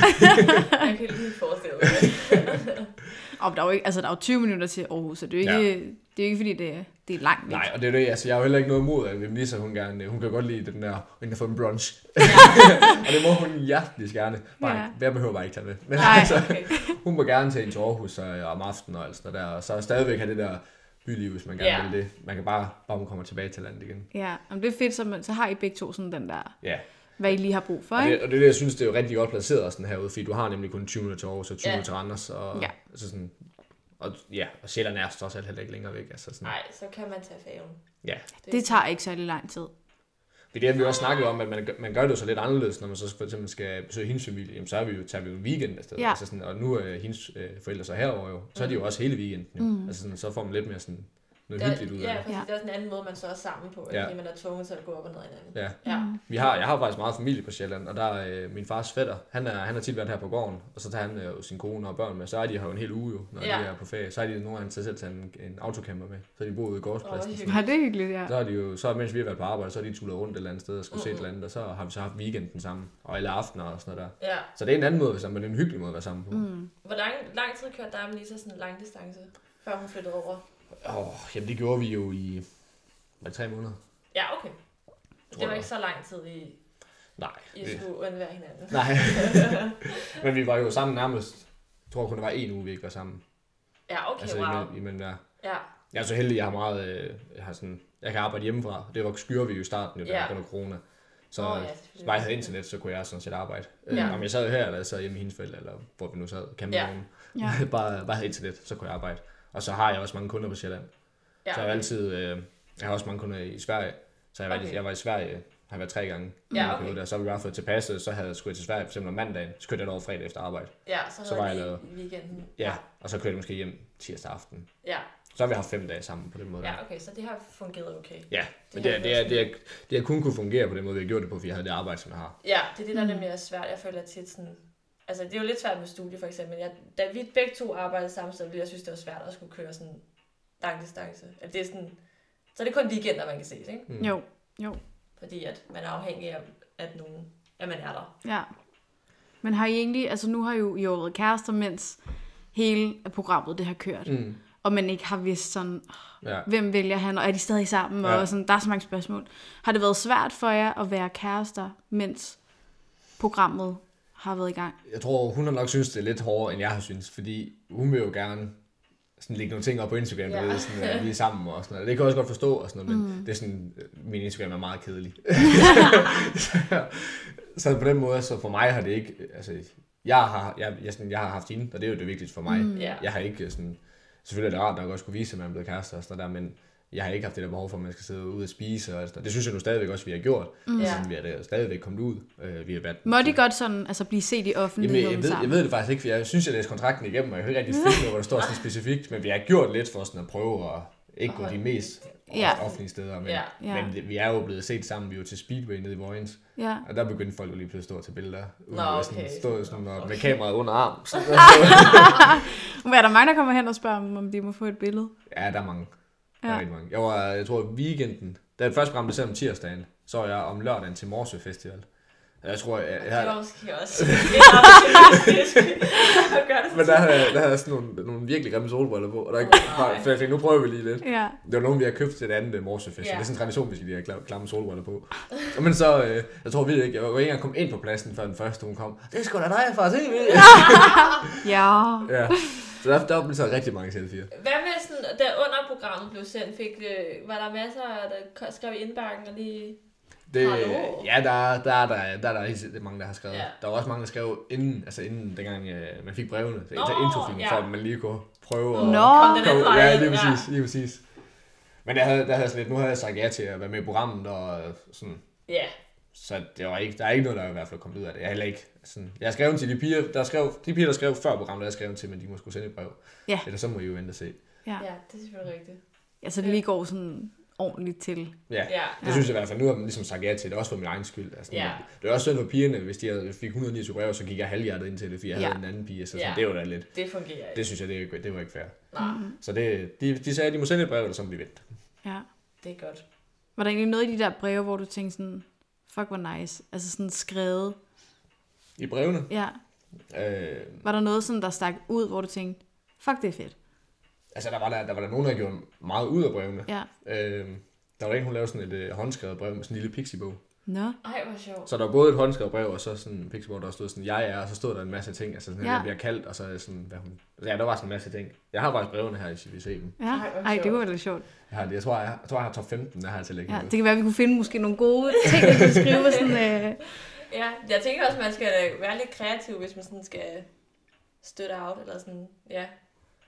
Jeg kan lige forestille mig.
Og der er jo ikke, altså der er jo 20 minutter til Aarhus, så det er jo
Ja.
ikke, det er jo ikke fordi, det er, det er langt væk.
Nej, og det er det, altså jeg har jo heller ikke noget imod, at Melissa, hun, gerne, hun kan godt lide den der, hun kan få en brunch. og det må hun hjertelig gerne. Bare,
Ja.
ja. Jeg behøver bare ikke tage med. Men
Nej.
altså,
Okay.
hun må gerne tage en til Aarhus og, om aftenen og alt sådan noget der, og så stadigvæk have det der byliv, hvis man gerne
Ja.
ja. vil det. Man kan bare, bare man kommer tilbage til landet igen.
Ja, men det er fedt, så, man, så har I begge to sådan den der,
Ja,
hvad I lige har brug for,
og
ikke?
det, og det er det, jeg synes, det er jo rigtig godt placeret sådan herude, fordi du har nemlig kun 20 minutter til Aarhus og 20
Ja.
minutter til Randers, og,
Ja.
ja. altså sådan, og, ja, og Sjælland er trods alt heller ikke længere væk. Altså sådan,
Nej, så kan man tage færgen.
ja.
Det tager ikke særlig lang tid.
Det er det, vi også snakkede om, at man, gør- man gør det jo så lidt anderledes, når man så for eksempel skal besøge hendes familie, jamen, så er vi jo, tager vi jo en weekend afsted.
Ja.
Altså sådan, og nu er hendes øh, forældre så herover jo, så er de jo også hele weekenden. Jo. Mm. Altså sådan, så får man lidt mere sådan noget hyggeligt ud
ja,
af det.
præcis.
Ja.
Ja. Der er sådan en anden måde, man så er sammen på, ja.
Ja.
fordi man er tvunget til at gå op og ned af hinanden. Mm.
Ja.
Ja.
Vi har, jeg har faktisk meget familie på Sjælland, og der er øh, min fars fætter, han er, han er tit været her på gården, og så tager han øh, sin kone og børn med, så er de her jo en hel uge jo, når
Ja.
ja. de er på ferie, så er de nogle gange taget selv taget en, en autocamper med, så de bor ude i gårdspladsen.
Åh,
Ja, det er hyggeligt, ja.
Så har de jo, så mens vi har været på arbejde, så er de tullet rundt et eller andet sted og skulle mm. se et eller andet, og så har vi så haft weekenden sammen, og alle aftener og sådan noget der.
ja.
Så det er en anden måde at være sammen, men det er en hyggelig måde at være sammen på. Åh, mm.
Hvor lang, lang tid kørte der med Lisa sådan en lang distance, før hun flyttede over?
oh, jamen det gjorde vi jo i, var det tre måneder?
Ja, okay.
Tror
Det var
jeg.
ikke så lang tid, I,
Nej.
I
det-
skulle undvære hinanden.
Nej. men vi var jo sammen nærmest, jeg tror kun der var en uge, vi ikke var sammen.
Ja, okay,
Altså
wow.
imellem, imellem der.
Ja,
Jeg er så heldig, jeg har meget, øh, jeg har sådan, jeg kan arbejde hjemmefra. Det var skyer vi jo i starten, jo, da
Ja.
yeah. under corona. Så
Åh, ja,
oh, ja,
selvfølgelig.
hvis bare jeg havde internet, så kunne jeg sådan set arbejde.
Ja.
Ja. Øh, om jeg sad her, eller jeg sad hjemme i hendes forældre, eller hvor vi nu sad, kan
Ja.
ja.
Ja.
bare, bare havde internet, så kunne jeg arbejde. Og så har jeg også mange kunder på Sjælland.
Ja,
Ja. Så jeg har altid, øh, jeg har også mange kunder i Sverige. Så jeg var,
Okay.
okay. jeg var i Sverige, har været tre gange. i
Ja,
en
okay.
periode der. Så har vi bare fået tilpasset, så havde jeg skulle jeg til Sverige for eksempel om mandagen, så kørte jeg over fredag efter arbejde.
ja så,
så
havde
var
jeg
jeg
lige i weekenden.
Ja, og så kørte jeg måske hjem tirsdag aften.
Ja,
Så har vi haft fem dage sammen på den måde. der.
ja, okay, så det har fungeret okay.
ja.
Det
Men det,
har
er, det, er, det, er, det har kun kunne fungere på den måde, vi har gjort det på, fordi jeg havde det arbejde, som jeg har.
Ja, det er det, der
Mm.
nemlig er svært. Jeg føler tit sådan... Altså, det er jo lidt svært med studie, for eksempel. Jeg, da vi begge to arbejdede samme sted, ville jeg synes, det var svært at skulle køre sådan lang distance. At det er sådan, så er det kun weekender, man kan ses, ikke?
Mm.
Jo, jo.
Fordi at man er afhængig af, at, nogen, at man er der.
Ja. Men har I egentlig, altså nu har I jo, I har jo været kærester, mens hele programmet det har kørt. Mm.
Mm.
Og man ikke har vidst sådan,
Ja.
hvem vælger han, og er de stadig sammen, ja.
Ja.
og sådan, der er så mange spørgsmål. Har det været svært for jer at være kærester, mens programmet har været i gang?
Jeg tror, hun har nok synes, det er lidt hårdere, end jeg har synes, fordi hun vil jo gerne sådan lægge nogle ting op på Instagram,
Ja.
ja. ved, sådan, at vi er sammen og sådan noget. Det kan jeg også godt forstå, og sådan noget, men mm. det er sådan, øh, min Instagram er meget kedelig. så, så på den måde, så for mig har det ikke, altså, jeg har, jeg, jeg, sådan, jeg har haft hende, og det er jo det vigtigste for mig. Mm.
Ja.
Jeg har ikke øh, sådan, selvfølgelig er det rart nok også kunne vise, at man er blevet kærester og sådan noget der, men jeg har ikke haft det der behov for, at man skal sidde ude og spise. Og sådan. noget. Det synes jeg nu stadigvæk også, vi har gjort. Mm. Altså,
Ja.
vi er da stadigvæk kommet ud. Øh, vi har været
Må de godt sådan, altså blive set i
Jamen,
offentligheden
jeg, ved,
sammen?
jeg ved det faktisk ikke, for jeg synes, jeg læste kontrakten igennem, og jeg kan ikke rigtig finde, hvor der står sådan specifikt, men vi har gjort lidt for sådan at prøve at ikke gå de mest
Ja.
offentlige steder, men,
Ja.
Ja.
men det- vi er jo blevet set sammen, vi er jo til Speedway nede i Vojens,
Ja.
og der begyndte folk jo lige pludselig at stå til billeder, uden
Nå,
at sådan,
okay.
stå sådan, og,
Okay.
med kameraet under arm. Så,
Men er der mange, der kommer hen og spørger, om- om de må få et billede?
ja, der er mange. Der er
Ja.
rigtig mange. Jeg var, jeg tror, weekenden, da det første program blev sendt om tirsdagen, så var jeg om lørdagen til Morsø Festival. Jeg tror, jeg, jeg,
Det
jeg,
var måske også lidt optimistisk at gøre det så
men der havde, jeg- der havde jeg sådan nogle, nogle virkelig grimme solbriller på, og der, for jeg tænkte, nu prøver vi lige lidt.
Ja.
Det var nogen, vi har købt til et andet øh, morsefest.
Ja.
Yeah. Det er sådan en tradition, vi skal lige have kla- klamme solbriller på. Og men så, øh, jeg tror virkelig ikke, jeg var ikke engang kommet ind på pladsen, før den første hun kom. Det er sgu da dig, far, se vildt."
Ja.
ja. Så der, der blev taget rigtig mange selfies.
Hvad med sådan, da under programmet blev sendt, fik, øh, var der masser, der ko- skrev i indbakken og lige...
Det,
Hallo.
ja, der, er- der, er- der, er- der, er der er helt sikkert mange, der har skrevet.
Ja.
Der var også mange, der skrev inden, altså inden dengang øh, man fik brevene, så
Nå,
Nå, introfilmen,
ja.
for at man lige kunne prøve at
Nå.
Kom den anden
Kom,
vej.
ja,
ind,
lige præcis, lige præcis. Men der havde, der havde jeg sådan lidt, nu havde jeg sagt ja til at være med i programmet, og øh, sådan,
Ja,
Så det var ikke, der er ikke noget, der er i hvert fald kommet ud af det. Jeg, er heller ikke, sådan, jeg har skrevet til de piger, der skrev, de piger, der skrev før programmet, der jeg skrev til, men de må skulle sende et brev.
Ja.
Eller så må I jo vente og se.
ja, det er selvfølgelig rigtigt.
Altså, det lige går sådan ordentligt til.
Ja.
Ja.
Det synes jeg i hvert fald, nu har man ligesom sagt ja til, det er også for min egen skyld. Altså,
Ja.
Det er også synd for pigerne, hvis de havde- fik 129 brev, så gik jeg halvhjertet ind til det, fordi jeg
Ja.
ja. havde en anden pige. Så sådan,
Ja.
ja. det var da lidt,
Det fungerer ikke.
det synes jeg, det, er ikke- det var ikke fair.
Nej,
Så det, de, de sagde, at de må sende et brev, eller så må vi vente.
Ja.
det er godt.
Var der egentlig noget i de der breve, hvor du tænkte sådan, fuck, hvor nice. Altså sådan skrevet.
I brevene,
Ja.
øh,
Var der noget sådan, der stak ud, hvor du tænkte, fuck, det er fedt.
altså der var der, der var der nogen, der gjorde meget ud af brevene.
Ja.
Øh, der var en, hun lavede sådan et øh, håndskrevet brev med sådan en lille pixiebog.
Nå.
Ej, hvor sjovt.
Så der var både et håndskrevet brev, og så sådan en pixie, hvor der stod sådan, jeg er, og så stod der en masse ting, altså sådan,
Ja.
ja. jeg bliver kaldt, og så er jeg sådan, hvad hun... Ja, der var sådan en masse ting. Jeg har faktisk brevene her, hvis I vil se dem.
Ja.
Ej, hvor
Ej, det
sjovt.
var lidt sjovt.
Jeg, har, det. jeg, tror, jeg, jeg tror, jeg har top 15, der har jeg til at lægge
Ja,
ja,
det kan være, at vi kunne finde måske nogle gode ting, at skrive sådan... Øh...
Ja, jeg tænker også, man skal øh, være lidt kreativ, hvis man sådan skal støtte out, eller sådan, ja.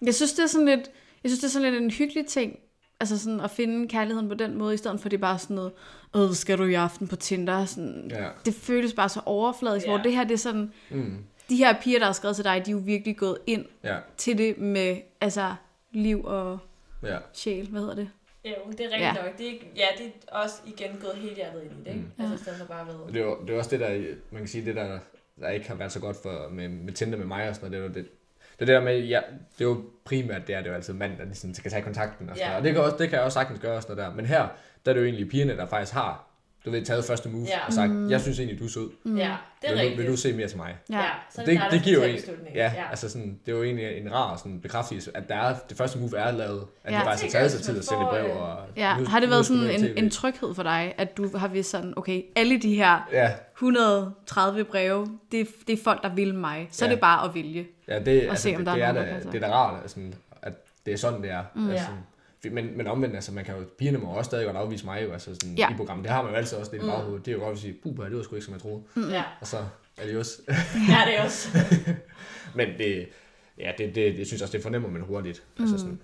Jeg synes, det er sådan lidt, jeg synes, det er sådan lidt en hyggelig ting, altså sådan at finde kærligheden på den måde, i stedet for at det er bare sådan noget, øh, skal du i aften på Tinder? Sådan,
Ja.
Det føles bare så overfladisk,
Ja.
hvor det her, det er sådan,
Mm,
de her piger, der har skrevet til dig, de er jo virkelig gået ind
ja,
til det med, altså, liv og
ja.
sjæl, hvad hedder det?
Ja, men det er rigtigt
Ja.
ja. nok. Det er, ikke- ja, det er også igen gået helt hjertet ind i det, ikke? Mm. Altså, i stedet for bare
Og
ved.
det er, jo- det er også det, der, man kan sige, det der, der ikke har været så godt for, med, med Tinder med mig og sådan noget, det er jo det, det, er det der med, ja, det er jo primært, det er det jo altid manden, der ligesom skal tage kontakten og sådan
Ja.
noget. Og det kan, også, det kan jeg også sagtens gøre og sådan noget der. Men her, der er det jo egentlig pigerne, der faktisk har, du ved, taget første move
Ja.
og sagt, jeg synes egentlig, du er sød.
Mm. Ja, det er
vil, du,
rigtigt.
vil du se mere til mig?
Ja, så er det,
Det, det,
dig, der
det
skal
giver jo
tage
en,
beslutningen.
ja, ja, altså sådan, det er jo egentlig en rar sådan, bekræftelse, at der er, det første move er lavet, at
Ja.
ja, de faktisk
Tænker
har taget
jeg,
sig tid at
hvis man
sende et brev.
får,
Og
øh, Ja,
nu-
har det
nu
været
skal du
sådan
have
en,
TV.
en tryghed for dig, at du har vist sådan, okay, alle de her
Ja,
130 breve, det, er- det er folk, der vil mig. Så ja.
Ja.
er det bare at vælge.
ja det,
se,
altså,
om
det,
der er
det, er
nogen, der
da,
passer.
det er da rart, altså, at det er sådan, det er. Mm.
Ja.
Altså, Men, men omvendt, altså, man kan jo, pigerne må jo også stadig godt afvise mig jo, altså sådan,
Ja.
ja. i programmet. Det har man jo altid også lidt i
Mm.
baghovedet. Det er jo godt at sige, puh, det var sgu ikke, som jeg troede.
Ja.
Og så adios.
ja, det er også.
men det, ja, det, det, jeg synes også, det fornemmer man hurtigt. Mm. Altså sådan,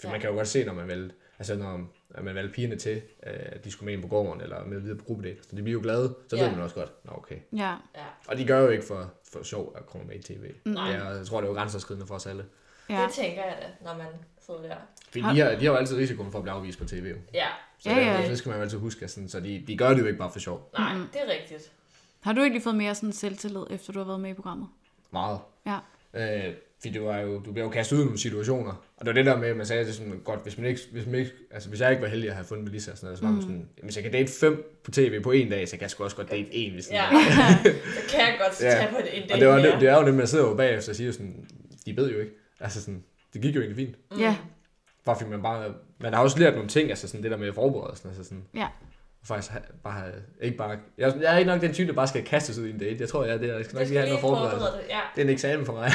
for
Ja.
ja. man kan jo godt se, når man valgte, altså når at man valgte pigerne til, øh, at de skulle med ind på gården, eller med videre på gruppedate. Så de bliver jo glade, så
Ja.
ved man også godt, nå okay.
Ja.
Ja.
Og de gør jo ikke for, for sjov at komme med i tv.
Nej.
Ja, og jeg tror, det er jo grænseoverskridende for os alle.
ja.
Det tænker jeg da, når man sidder der.
Fordi
Har-
de har, de har jo altid risikoen for at blive afvist på tv. Jo.
Ja,
Så
Ja,
ja,
ja.
ja. det skal man jo altid huske. at Sådan, så de, de gør det jo ikke bare for sjov.
nej, mm. det er rigtigt.
Har du egentlig fået mere sådan selvtillid, efter du har været med i programmet?
Meget.
Ja.
Øh, fordi det var jo, du bliver jo kastet ud i nogle situationer. Og det var det der med, at man sagde, at det er sådan, godt, hvis, man ikke, hvis, man ikke, altså, hvis jeg ikke var heldig at have fundet Melissa, og sådan noget, så var man sådan, "Jamen, hvis jeg kan date fem på tv på en dag, så kan jeg sgu også godt date en. Hvis
Ja,
ja.
det kan jeg godt
Ja.
tage på en dag
Og det, var,
mere.
det, det, er jo det, man sidder jo bagefter og siger sådan, de ved jo ikke. Altså sådan, det gik jo egentlig fint.
Mm. Ja.
Bare fordi man bare, man har også lært nogle ting, altså sådan det der med forberedelsen, altså sådan.
Ja.
Og faktisk have, bare have, ikke bare, jeg, jeg er ikke nok den type, der bare skal kastes ud i en date. Jeg tror, jeg er det, jeg skal
Du
nok lige
skal
have noget
lige
forberedelse.
forberede det. Ja.
Det er en eksamen for mig.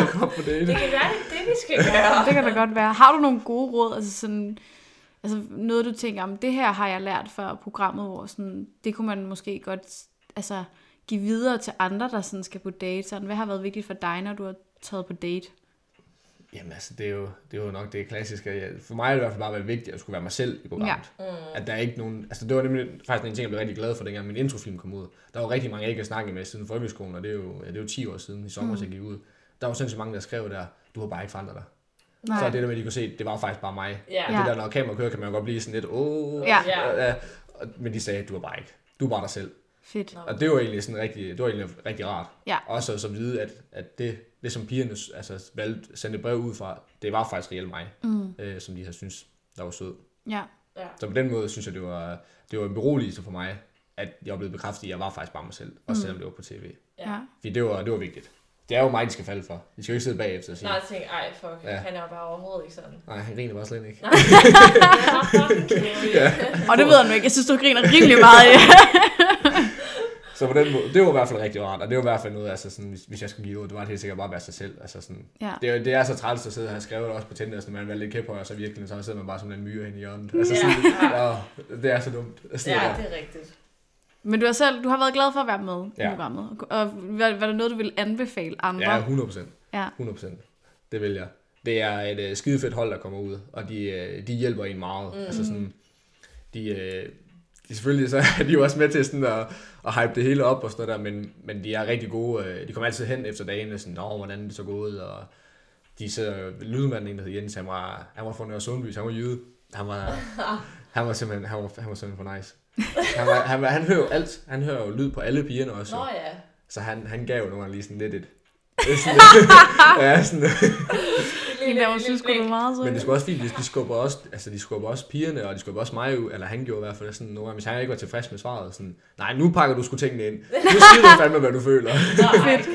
jeg kom på
Det kan
date.
være, det er det, vi skal gøre.
Det kan da godt være. Har du nogle gode råd? Altså sådan, altså noget du tænker om, det her har jeg lært fra programmet, hvor sådan, det kunne man måske godt altså, give videre til andre, der sådan skal på date. Sådan, hvad har været vigtigt for dig, når du har taget på date?
Jamen altså, det er jo, det er jo nok det klassiske. Ja, For mig har det i hvert fald bare været vigtigt, at jeg skulle være mig selv i programmet. Ja. At der er ikke nogen... Altså, det var nemlig faktisk en ting, jeg blev rigtig glad for, dengang min introfilm kom ud. Der var rigtig mange, jeg ikke har snakket med siden folkeskolen, og det er jo, ja, det er jo 10 år siden i sommer, mm. jeg gik ud. Der var sindssygt mange, der skrev der, du har bare ikke forandret dig.
Nej.
Så det der med, at de kunne se, det var faktisk bare mig.
Ja.
Og
Ja.
det der, når kamera kører, kan man jo godt blive sådan lidt, åh...
Ja.
Ja.
ja. Og- Men de sagde, du er bare ikke. Du er bare dig selv.
Fedt.
Nå.
Og det var egentlig sådan rigtig, det var egentlig rigtig rart.
Ja.
Også at så vide, at, at det, det, som pigerne s- altså, valgte, sendte brev ud fra, det var faktisk reelt mig,
Mm.
øh, som de havde synes der var sød.
Ja.
Ja.
Så på den måde synes jeg, det var, det var en beroligelse for mig, at jeg blev bekræftet i, at jeg var faktisk bare mig selv,
Mm.
også selvom det var på tv.
Ja.
Fordi det var, det var vigtigt. Det er jo mig, de skal falde for. De skal jo ikke sidde bagefter og sige,
Nej, jeg tænkte, ej, fuck,
Ja.
han er jo bare overhovedet ikke sådan.
nej, han griner bare slet ikke.
Nej, han er bare fucking kedelig.
Og det ved jeg nu ikke. Jeg synes, du griner rimelig meget.
Så på den måde, det var i hvert fald rigtig rart, og det var i hvert fald noget, altså sådan, hvis, hvis jeg skulle give ud, det var det helt sikkert bare at være sig selv. Altså sådan,
Ja.
det, er jo- det er så træls at sidde og have skrevet det også på Tinder, sådan, man var lidt kæp og så virkelig, så sidder man bare som en myre hen i hjørnet. Altså sådan, ja. det er så dumt. Altså,
Ja,
ja, det...
det er rigtigt.
Men du har selv, du har været glad for at være med ja. i
Ja.
programmet. Og var, var det noget, du ville anbefale andre?
ja 100 procent.
ja.
100 procent. Det vil jeg. Det er et øh, skide fedt hold, der kommer ud, og de, øh, de hjælper en meget. Mm. Altså sådan, de, øh, de selvfølgelig så er de jo også med til sådan at, at hype det hele op og sådan noget der, men, men de er rigtig gode. øh, De kommer altid hen efter dagen og sådan, Nå, hvordan er det så gået, og de sidder jo, lydmanden, en der hedder Jens, han var, han var fra Nørre Sundby, så han var jyde. Han var, han var simpelthen, han var, han var simpelthen for nice. Han, var, han, var, han hører jo alt. Han hører jo lyd på alle pigerne også.
Nå
jo.
ja.
Så han, han gav jo nogle gange lige sådan lidt et... Sådan, ja, sådan,
Hende der, hun synes sgu, du er meget sød.
men det skulle også fint, de, de, skubber også, altså de skubber også pigerne, og de skubber også mig ud, eller han gjorde i hvert fald sådan nogle gange, hvis han ikke var tilfreds med svaret, sådan, nej, nu pakker du sgu tingene ind. Nu siger du fandme, hvad du føler.
Fedt.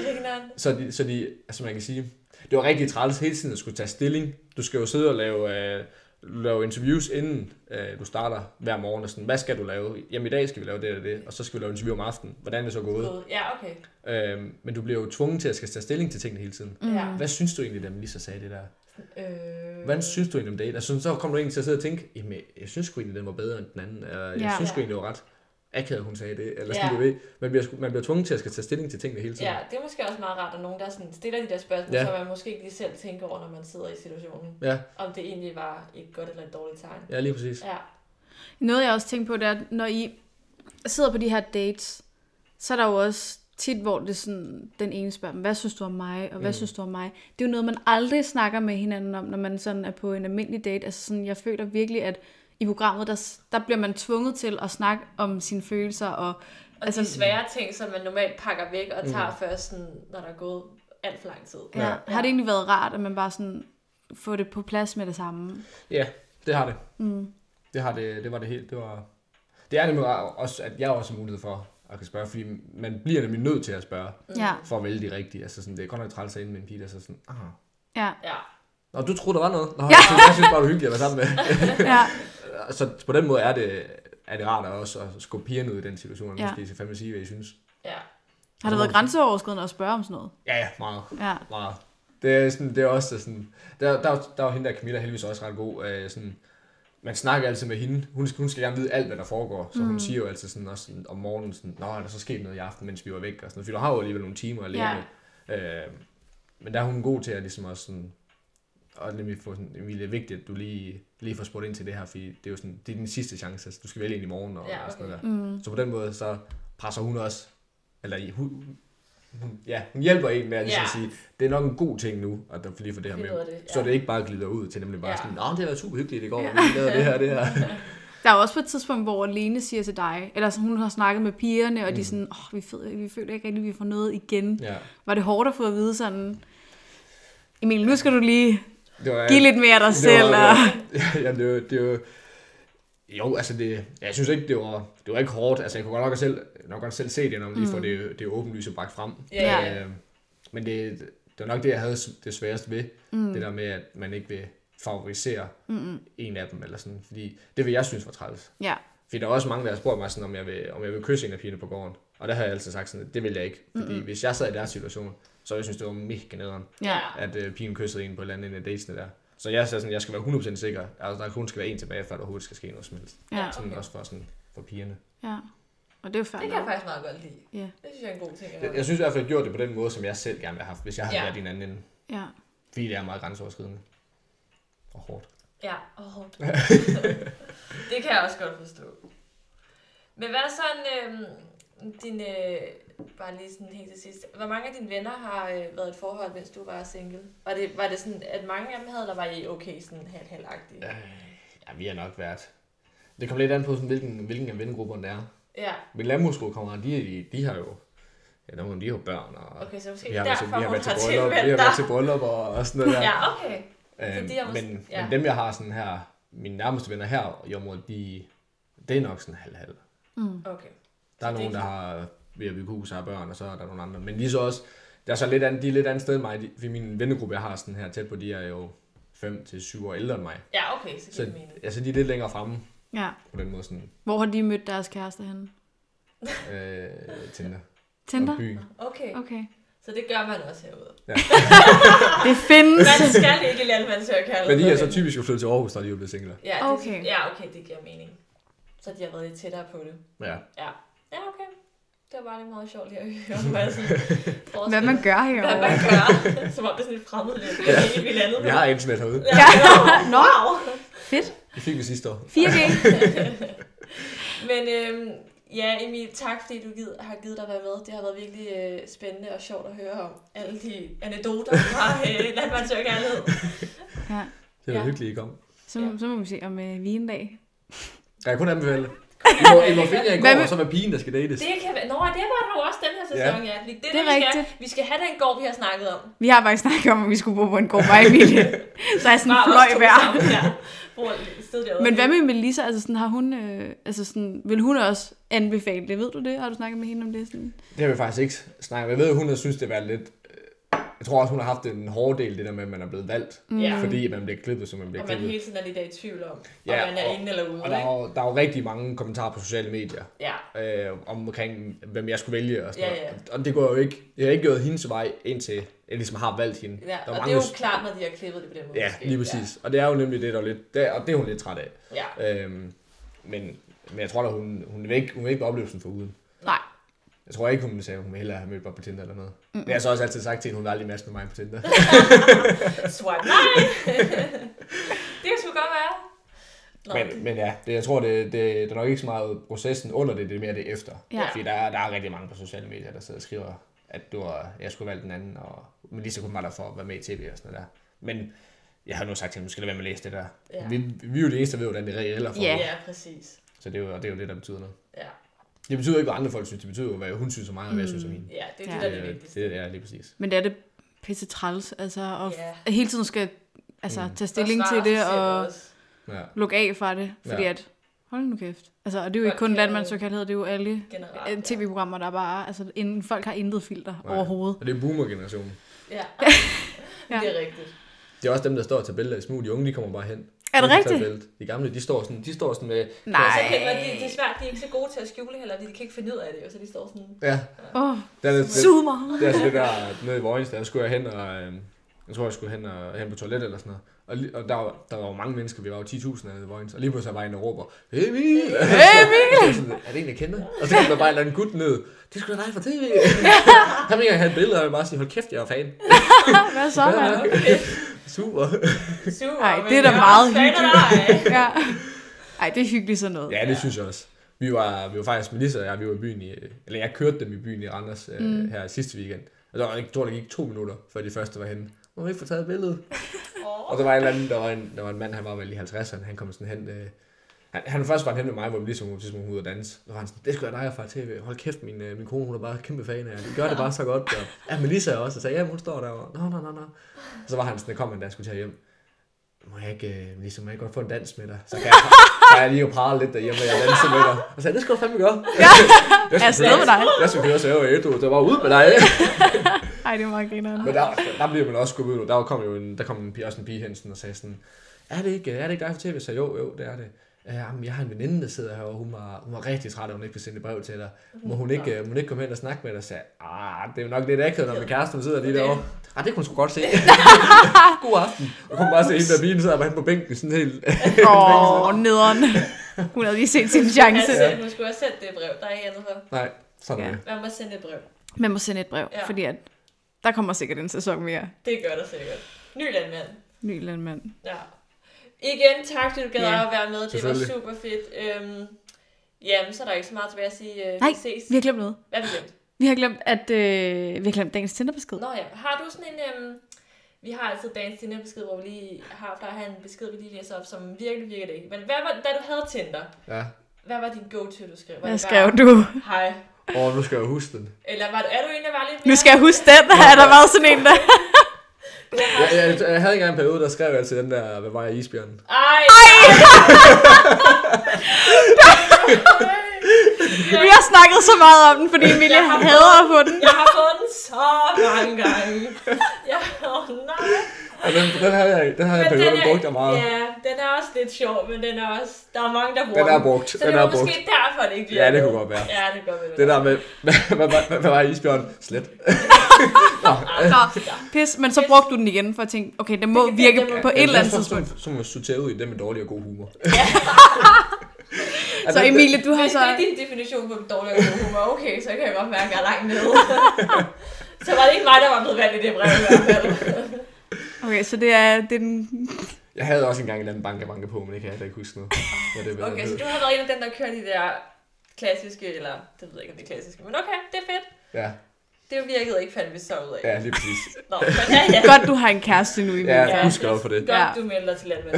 Så, de, så de, altså man kan sige, det var rigtig træls hele tiden at skulle tage stilling. Du skal jo sidde og lave, øh, lave interviews, inden øh, du starter hver morgen, og sådan, hvad skal du lave? Jamen i dag skal vi lave det og det, og så skal vi lave interview om aftenen. Hvordan er det så gået?
Ja, okay.
Øh, men du bliver jo tvunget til at skal tage stilling til tingene hele tiden.
Mm.
Ja.
Hvad synes du egentlig, da Melissa sagde det der?
Øh,
Hvordan synes du egentlig om daten? Altså, så kom du egentlig til at sidde og tænke, jamen, jeg synes sgu egentlig, den var bedre end den anden. Eller, jeg
Ja.
synes sgu
Ja.
egentlig, det var ret akavet, hun sagde det. Eller sådan,
Ja.
ja. du ved. Man bliver, sgu- man bliver tvunget til at skal tage stilling til tingene hele tiden.
Ja, det er måske også meget rart, at nogen der sådan stiller de der spørgsmål, ja.
Ja.
så man måske ikke lige selv tænker over, når man sidder i situationen,
Ja,
om det egentlig var et godt eller et dårligt tegn.
ja lige præcis.
Ja,
Noget jeg også tænker på, det er, at når I sidder på de her dates, så er der jo også tit, hvor det er sådan, den ene spørger, dem, hvad synes du om mig, og hvad mm. synes du om mig? Det er jo noget, man aldrig snakker med hinanden om, når man sådan er på en almindelig date. Altså sådan, jeg føler virkelig, at i programmet, der, der bliver man tvunget til at snakke om sine følelser, og,
og altså, de svære ting, som man normalt pakker væk og tager mm. først, sådan, når der er gået alt for lang tid.
ja, ja. har det egentlig været rart, at man bare sådan får det på plads med det samme?
Mm.
Ja, det har det. Mm. Det har det, det var det helt. Det var... Det er nemlig også, at jeg også har mulighed for at kan spørge, fordi man bliver nemlig nødt til at spørge,
Ja,
for at vælge de rigtige. Altså sådan, det er godt nok træls at ind med en pige, der så sådan, ah.
ja,
Ja,
Nå, du troede, der var noget. Nå, jeg synes, jeg synes bare, du er hyggelig at være sammen med.
ja.
så på den måde er det, er det rart at også at skubbe pigerne ud i den situation,
Ja.
ja. måske skal fandme sige, hvad I synes.
ja.
Har det været grænseoverskridende at spørge om sådan noget?
Ja, ja, meget,
Ja,
meget. Det er, sådan, det er også sådan... Der, der, var- der var hende der Camilla heldigvis også ret god. Øh, sådan, man snakker altid med hende. Hun skal, hun skal gerne vide alt, hvad der foregår. Så mm.
Mhm.
hun siger jo altid sådan, også sådan, om morgenen, sådan, Nå, er der så sket noget i aften, mens vi var væk? Og sådan, noget. fordi du har jo alligevel nogle timer at leve
Ja.
med. Øh, men der er hun god til at ligesom også sådan, og nemlig få sådan, Emilie, det er vigtigt, at du lige, lige får spurgt ind til det her, fordi det er jo sådan, det er din sidste chance, altså, du skal vælge ind i morgen og,
Ja,
og sådan
okay. Mhm.
noget der.
Mm.
Så på den måde, så presser hun også, eller hun, hun, ja, hun hjælper en med at ligesom
Ja.
sige, det er nok en god ting nu, at der lige får det her
Vi
med.
ved det,
Så
ja.
det ikke bare glider ud til nemlig bare
Ja.
sådan, Nå, det har været super hyggeligt i går, vi lavede det her, det her.
Der er jo også på et tidspunkt, hvor Lene siger til dig, eller sådan, hun har snakket med pigerne, og mm. de er sådan, åh, vi, fed, vi føler ikke rigtig, at vi får noget igen.
ja.
Var det hårdt at få at vide sådan, Emil, nu skal du lige
Det var,
give lidt mere af dig
Det var-
selv.
det
og...
var- Ja, det var, det var, jo, altså det, jeg synes ikke, det var, det var ikke hårdt. Altså, jeg kunne godt nok selv, nok godt selv se det, når man lige får det, det åbenlyse bragt frem.
Ja,
Ja.
ja.
Øh, men det, det var nok det, jeg havde det sværeste ved. Mm. Det der med, at man ikke vil favorisere mm. en af dem, eller sådan. Fordi det vil jeg synes var træls.
Ja,
Fordi der er også mange, der har spurgt mig, sådan, om, jeg vil, om jeg vil kysse en af pigerne på gården. Og der har jeg altid sagt sådan, at det vil jeg ikke. Fordi mm. hvis jeg sad i deres situation, så ville jeg synes, det var mega nederen
ja,
at øh, pigen kyssede en på et eller andet en af datesene der. Så jeg sagde sådan, jeg skal være 100% sikker. Altså, der kun skal være en tilbage, før der overhovedet skal ske noget som helst.
ja,
Sådan også for, sådan, for pigerne.
ja. Og det er jo fair
Det kan jeg
nok.
faktisk meget godt lide.
Ja,
Det synes jeg er en god ting. at
Jeg,
gøre.
jeg synes i hvert fald, jeg gjorde det på den måde, som jeg selv gerne ville have haft, hvis jeg havde ja.
Ja.
været i en anden ende.
ja.
Fordi det er meget grænseoverskridende. Og hårdt.
Ja, og hårdt. det kan jeg også godt forstå. Men hvad er sådan øh, din... Øh, bare lige sådan helt til sidst. Hvor mange af dine venner har øh, været i et forhold, mens du var single? Var det, var det sådan, at mange af dem havde, eller var I okay sådan halv halv ja.
Ja, vi har nok været... Det kommer lidt an på, sådan, hvilken, hvilken af vennegrupperne det er.
ja.
Min landbrugsgruppekammerater, de, de, de har jo... Ja, nogle af dem, de har jo børn, og...
Okay, så måske
Vi har, været til,
derfor
vi har
hun
været til
har
bryllup, vi har
tilmeldt
været
dig.
til bryllup og, og sådan noget der.
Ja, okay.
Øhm,
Så de er måske-
men,
ja.
men dem, jeg har sådan her, mine nærmeste venner her i området, de, det er nok sådan halv-halv.
Okay.
Der
det er
er nogen, der
klart.
har ved at bygge hus og har børn, og så er der nogle andre. Men de er så også, der er så lidt andet, de er lidt andet sted end mig. De, fordi min vennegruppe, jeg har sådan her tæt på, de er jo 5-7 år ældre end mig.
Ja, okay, så
Så
giver det mening.
altså, de er lidt længere fremme
ja.
på den måde sådan
Hvor har de mødt deres kæreste henne?
øh, Tinder.
Tinder?
Og byen.
Okay,
Okay.
så det gør man også herude.
Det findes.
Man skal ikke lade man søge kærlighed.
Men de er så
Okay.
typisk jo flyttet til Aarhus, når de er blevet singler.
Ja, det,
Okay.
ja, okay, det giver mening. Så de har været lidt tættere på det.
Ja.
Ja, ja okay. Det var bare lidt meget sjovt lige at høre, hvad, sådan,
Hvad man gør
hvad
herovre.
man gør. Som om det er sådan et fremmed land, det er helt vi landet på.
Vi har internet herude.
Ja.
Nå. Wow.
Fedt.
Det fik vi sidste år.
4G.
Men øhm, ja, Emil, tak fordi du gid, har givet dig at være med. Det har været virkelig øh, spændende og sjovt at høre om alle de anekdoter fra øh, landmandsøgerkærlighed.
Ja.
Det var
Ja.
ja. hyggeligt, I kom.
Så, må- så må vi se om øh, vi en dag.
Jeg kan kun anbefale det. I må, I må finde jer i
Hvad
går,
med-
og så være pigen, der skal dates.
Det kan være... Nå, det var der jo også den her sæson, ja. ja. Det, det,
Det er
vi
rigtigt.
Skal, vi skal have den gård, vi har snakket om.
Vi har faktisk snakket om, at vi skulle bo på en god vej, Emilie. Så er jeg sådan
Bare os
fløj
to
hver.
sammen, Ja. Hvor stod derude.
Men hvad med Melissa? Altså sådan, har hun, øh, altså sådan, vil hun også anbefale det? Ved du det? Har du snakket med hende om det? Sådan?
Det har vi faktisk ikke snakket om. Jeg ved, hun har synes, det har været lidt... øh, Jeg tror også, hun har haft en hård del, det der med, at man er blevet valgt.
Mm.
Ja.
Fordi at man bliver klippet, som man bliver
Mm. Og man
klippet.
hele tiden er lidt i tvivl om, ja,
Ja,
om man er
og-
inde eller ude.
Og der
ikke?
er, jo, der er jo rigtig mange kommentarer på sociale medier
Ja,
øh, omkring, hvem jeg skulle vælge og sådan
Ja, ja.
noget. Og det går jo ikke... Jeg har ikke gået hendes vej, indtil jeg ligesom har valgt hende.
ja.
var
og det
mange-
er jo klart, når de har klippet det på den måde.
Ja,
måske.
lige præcis. Ja. Og det er jo nemlig det, der er lidt... Det, er- og det er hun lidt træt af.
Ja,
Øhm, men, men jeg tror da, hun, hun, vil ikke, hun vil ikke være oplevelsen for uden.
Nej.
Jeg tror ikke, hun sagde, at hun ville hellere have mødt mig på Tinder eller noget. Mm-hmm. Men jeg har så også altid sagt til hende, hun vil aldrig matche med mig på Tinder.
ja. swipe nej! det kan sgu godt være. Nå,
men, men ja, det, jeg tror, det, det, det er nok ikke så meget processen under det, det er mere det efter.
Ja.
Fordi der, er- der er rigtig mange på sociale medier, der sidder og skriver, at du var, jeg skulle valge den anden, og men lige så kunne man der for at være med i tv og sådan noget der. Men jeg har nu sagt til hende, du skal lade være med at læse det der.
Ja.
Vi, vi er jo de eneste, der ved, hvordan det reelt er for
Ja.
ja. ja, præcis.
Så det er, jo, og det er jo det, der betyder noget.
Ja,
Det betyder ikke, hvad andre folk synes. Det betyder jo, hvad hun synes om mig, og hvad jeg synes om hende.
ja det er
Mm. Ja.
ja. det, der er det vigtigste.
det er lige præcis.
Men det er det pisse træls, altså, og
Ja.
yeah. hele tiden skal altså,
Mm.
tage stilling
Og
til
svare
det,
sig selv
og
også.
Ja.
lukke af fra det, fordi
Ja.
at, hold nu kæft. Altså, og det er jo ikke
Folk
kun
kan-
landmandsøkærlighed, det er jo alle
Generelt,
øh,
ja.
tv-programmer, der bare, altså, inden, folk har intet filter
Nej.
overhovedet.
Og det er boomer-generationen.
Ja.
Ja.
ja. det er rigtigt.
Det er også dem, der står og tager billeder i smug. De unge, de kommer bare hen.
Er det
De tager
rigtigt?
billeder. De gamle, de står sådan, de står sådan med...
Så
Nej.
kan man, det, det er svært, de er ikke så gode til at skjule heller, de kan ikke finde ud af det, jo, så de står sådan...
Ja,
Åh,
der er det, det,
zoomer.
det, er altså det der nede i Vojens, der skulle jeg hen og, øh, Jeg tror, jeg skulle hen, og, hen på toilettet eller sådan noget. Og, li- og der, var, der var jo mange mennesker, vi var jo 10.000 af The Voice, og lige pludselig var en, der råber, Hey Emil! Hey Emil! er det en, jeg kender? Og så kom der bare en eller anden gut ned, det skulle sgu da dig fra tv. Han ville ikke have et billede, og jeg ville bare sige, hold kæft, jeg er fan.
Hvad så, mand?
Okay.
Super.
Super.
Ej,
men
det er da
jeg
meget
fan af dig.
Ja. Ej, det er hyggeligt sådan noget.
Ja, det synes jeg også. Vi var, vi var faktisk, Melissa og jeg, vi var i byen i, eller jeg kørte dem i byen i Randers mm. her sidste weekend. Og der var ikke, tror, der gik to minutter, før de første var henne. Må vi ikke få taget et billede?
Åh.
Og der var en eller anden, der var en, der var en mand, han var vel i 50'erne, han kom sådan hen, øh, han, han først var han hen med mig, hvor vi ligesom var ligesom ude og danse. Og var han sådan, det skulle jeg dig fra tv. Hold kæft, min, øh, min kone, hun er bare kæmpe fan af jer. De gør det bare så godt. Og, ja, Melissa er også. Og sagde, ja, hun står derovre. Nå, nå, nå, nå. Og så var han sådan, der kom han, da jeg skulle tage hjem. Må jeg ikke, øh, Melissa, må jeg godt få en dans med dig? Så kan jeg, kan jeg lige og prale lidt derhjemme, og jeg danser med dig. Og så sagde, det skal du fandme gøre. Ja,
Jeg er stadig med dig.
Jeg skulle høre, så jeg var ædru. Det var bare ud med dig.
Ej, det er meget grineren.
Men der, der bliver man også skubbet ud. Der kom jo en, der kom en pige, også en pige hen sådan, og sagde sådan, er det ikke, er det ikke dig for tv? Jeg sagde, jo, jo, det er det. Øh, Jamen, jeg har en veninde, der sidder her, og hun var, hun var rigtig træt, at hun ikke kunne sende et brev til dig. Må hun ikke, øh, må hun ikke komme hen og snakke med dig? Jeg sagde, ah, det er jo nok lidt akavet, når min kæreste hun sidder lige
Det-
derovre. Ah, det kunne hun sgu godt se. God aften. Og kunne bare se hende der bilen, sidder bare henne på bænken, sådan helt.
Åh, oh, nederen. Hun havde lige set sin chance.
Altså, hun skulle også sende det brev. Der er ikke andet for.
Nej, sådan
Ja.
ja.
Man må sende et brev.
Man må sende et brev,
Ja.
fordi at der kommer sikkert en sæson mere.
Det gør der sikkert. Ny landmand.
Ny landmand.
Ja. Igen, tak fordi du gad
Ja,
at være med. Det var
selvfølgelig.
super fedt. Øhm, jamen, så er der ikke så meget tilbage at sige. Øh,
Nej,
vi ses.
vi har glemt noget.
Hvad har vi glemt?
Vi har glemt, at øh, vi har glemt dagens Tinder-besked.
Nå ja, har du sådan en... Øhm, vi har altid dagens Tinder-besked, hvor vi lige har, plejer at have en besked, vi lige læser op, som virkelig virker det ikke. Men hvad var, da du havde Tinder,
ja.
hvad var din go-to, du skrev? Var
Hvad
det
skrev
bare,
du?
Hej.
Og nu skal jeg huske den.
Eller var du, er du en, der var lidt
Nu skal jeg huske den. Har der været sådan en der?
Jeg, jeg, jeg havde engang en periode, der skrev jeg altid den der, hvad var jeg, isbjørnen?
Ej! Ej!
Vi har snakket så meget om den, fordi Emilie
Jeg har
hader at få den.
Jeg har fået den så mange gange. Jeg, oh, nej.
Og den, den havde jeg, den havde jeg en periode, der brugte jeg meget.
Ja, den er også lidt sjov, men den er også, der er mange, der bruger
Den er brugt.
Så
Den
det
er
var
brugt.
måske derfor, det ikke
Ja, det
virkede.
kunne godt være.
Ja, det kunne godt være.
Det der med, hvad, hvad, hvad, hvad var isbjørn? Slet.
Nå, pis. Men så brugte du den igen for at tænke, okay, det må
Det- det-
virke
det må-
på et eller andet tidspunkt.
Så, så må man sortere ud i det med dårlig og god humor. Altså,
Så Emilie, du har
Hvis
så...
det er din definition på dårlig og god humor, okay, så kan jeg godt mærke, at jeg er langt nede. så var det ikke mig, der var blevet valgt i det brev i hvert fald.
Okay, så det er, det er den...
Jeg havde også engang en eller anden bank, jeg bankede på, men det kan jeg da ikke huske noget. Hvad det, hvad
Okay, så
det,
du har været en af dem, der kører de der klassiske, eller det ved jeg ikke, om det er klassiske, men okay, det er fedt.
ja,
Det virkede ikke fandme så ud af.
ja, lige præcis.
Nå, men ja, ja.
Godt, du har en kæreste nu, Emilie.
Ja. husk over for det.
Godt,
Ja.
du melder dig til landmænd.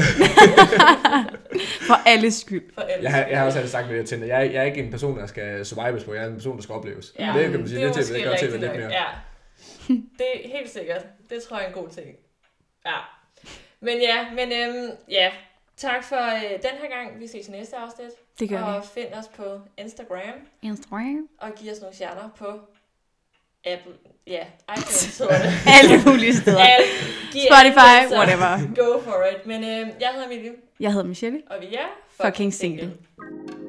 For alles skyld.
For ellers.
Jeg, har- jeg har også altid sagt med det, jeg tænder. Jeg, er- jeg er ikke en person, der skal survives på. Jeg er en person, der skal opleves.
Ja,
det kan man sige. Det, det,
måske
til, det gør til
rigtigt
lidt
nok,
mere.
Ja. Det er helt sikkert. Det tror jeg er en god ting. Ja. Men ja, men øhm, ja. Tak for øh, den her gang. Vi ses i næste afsnit.
Det gør vi.
og find os på Instagram
Instagram.
og giv os nogle stjerner på Apple. Ja, iTunes hedder det.
Alle mulige steder.
Alle- giv altså
Spotify,
anmeldelser.
whatever.
Go for it. Men øhm, jeg hedder Emilie,
Jeg hedder Michelle.
og vi er
Fucking single.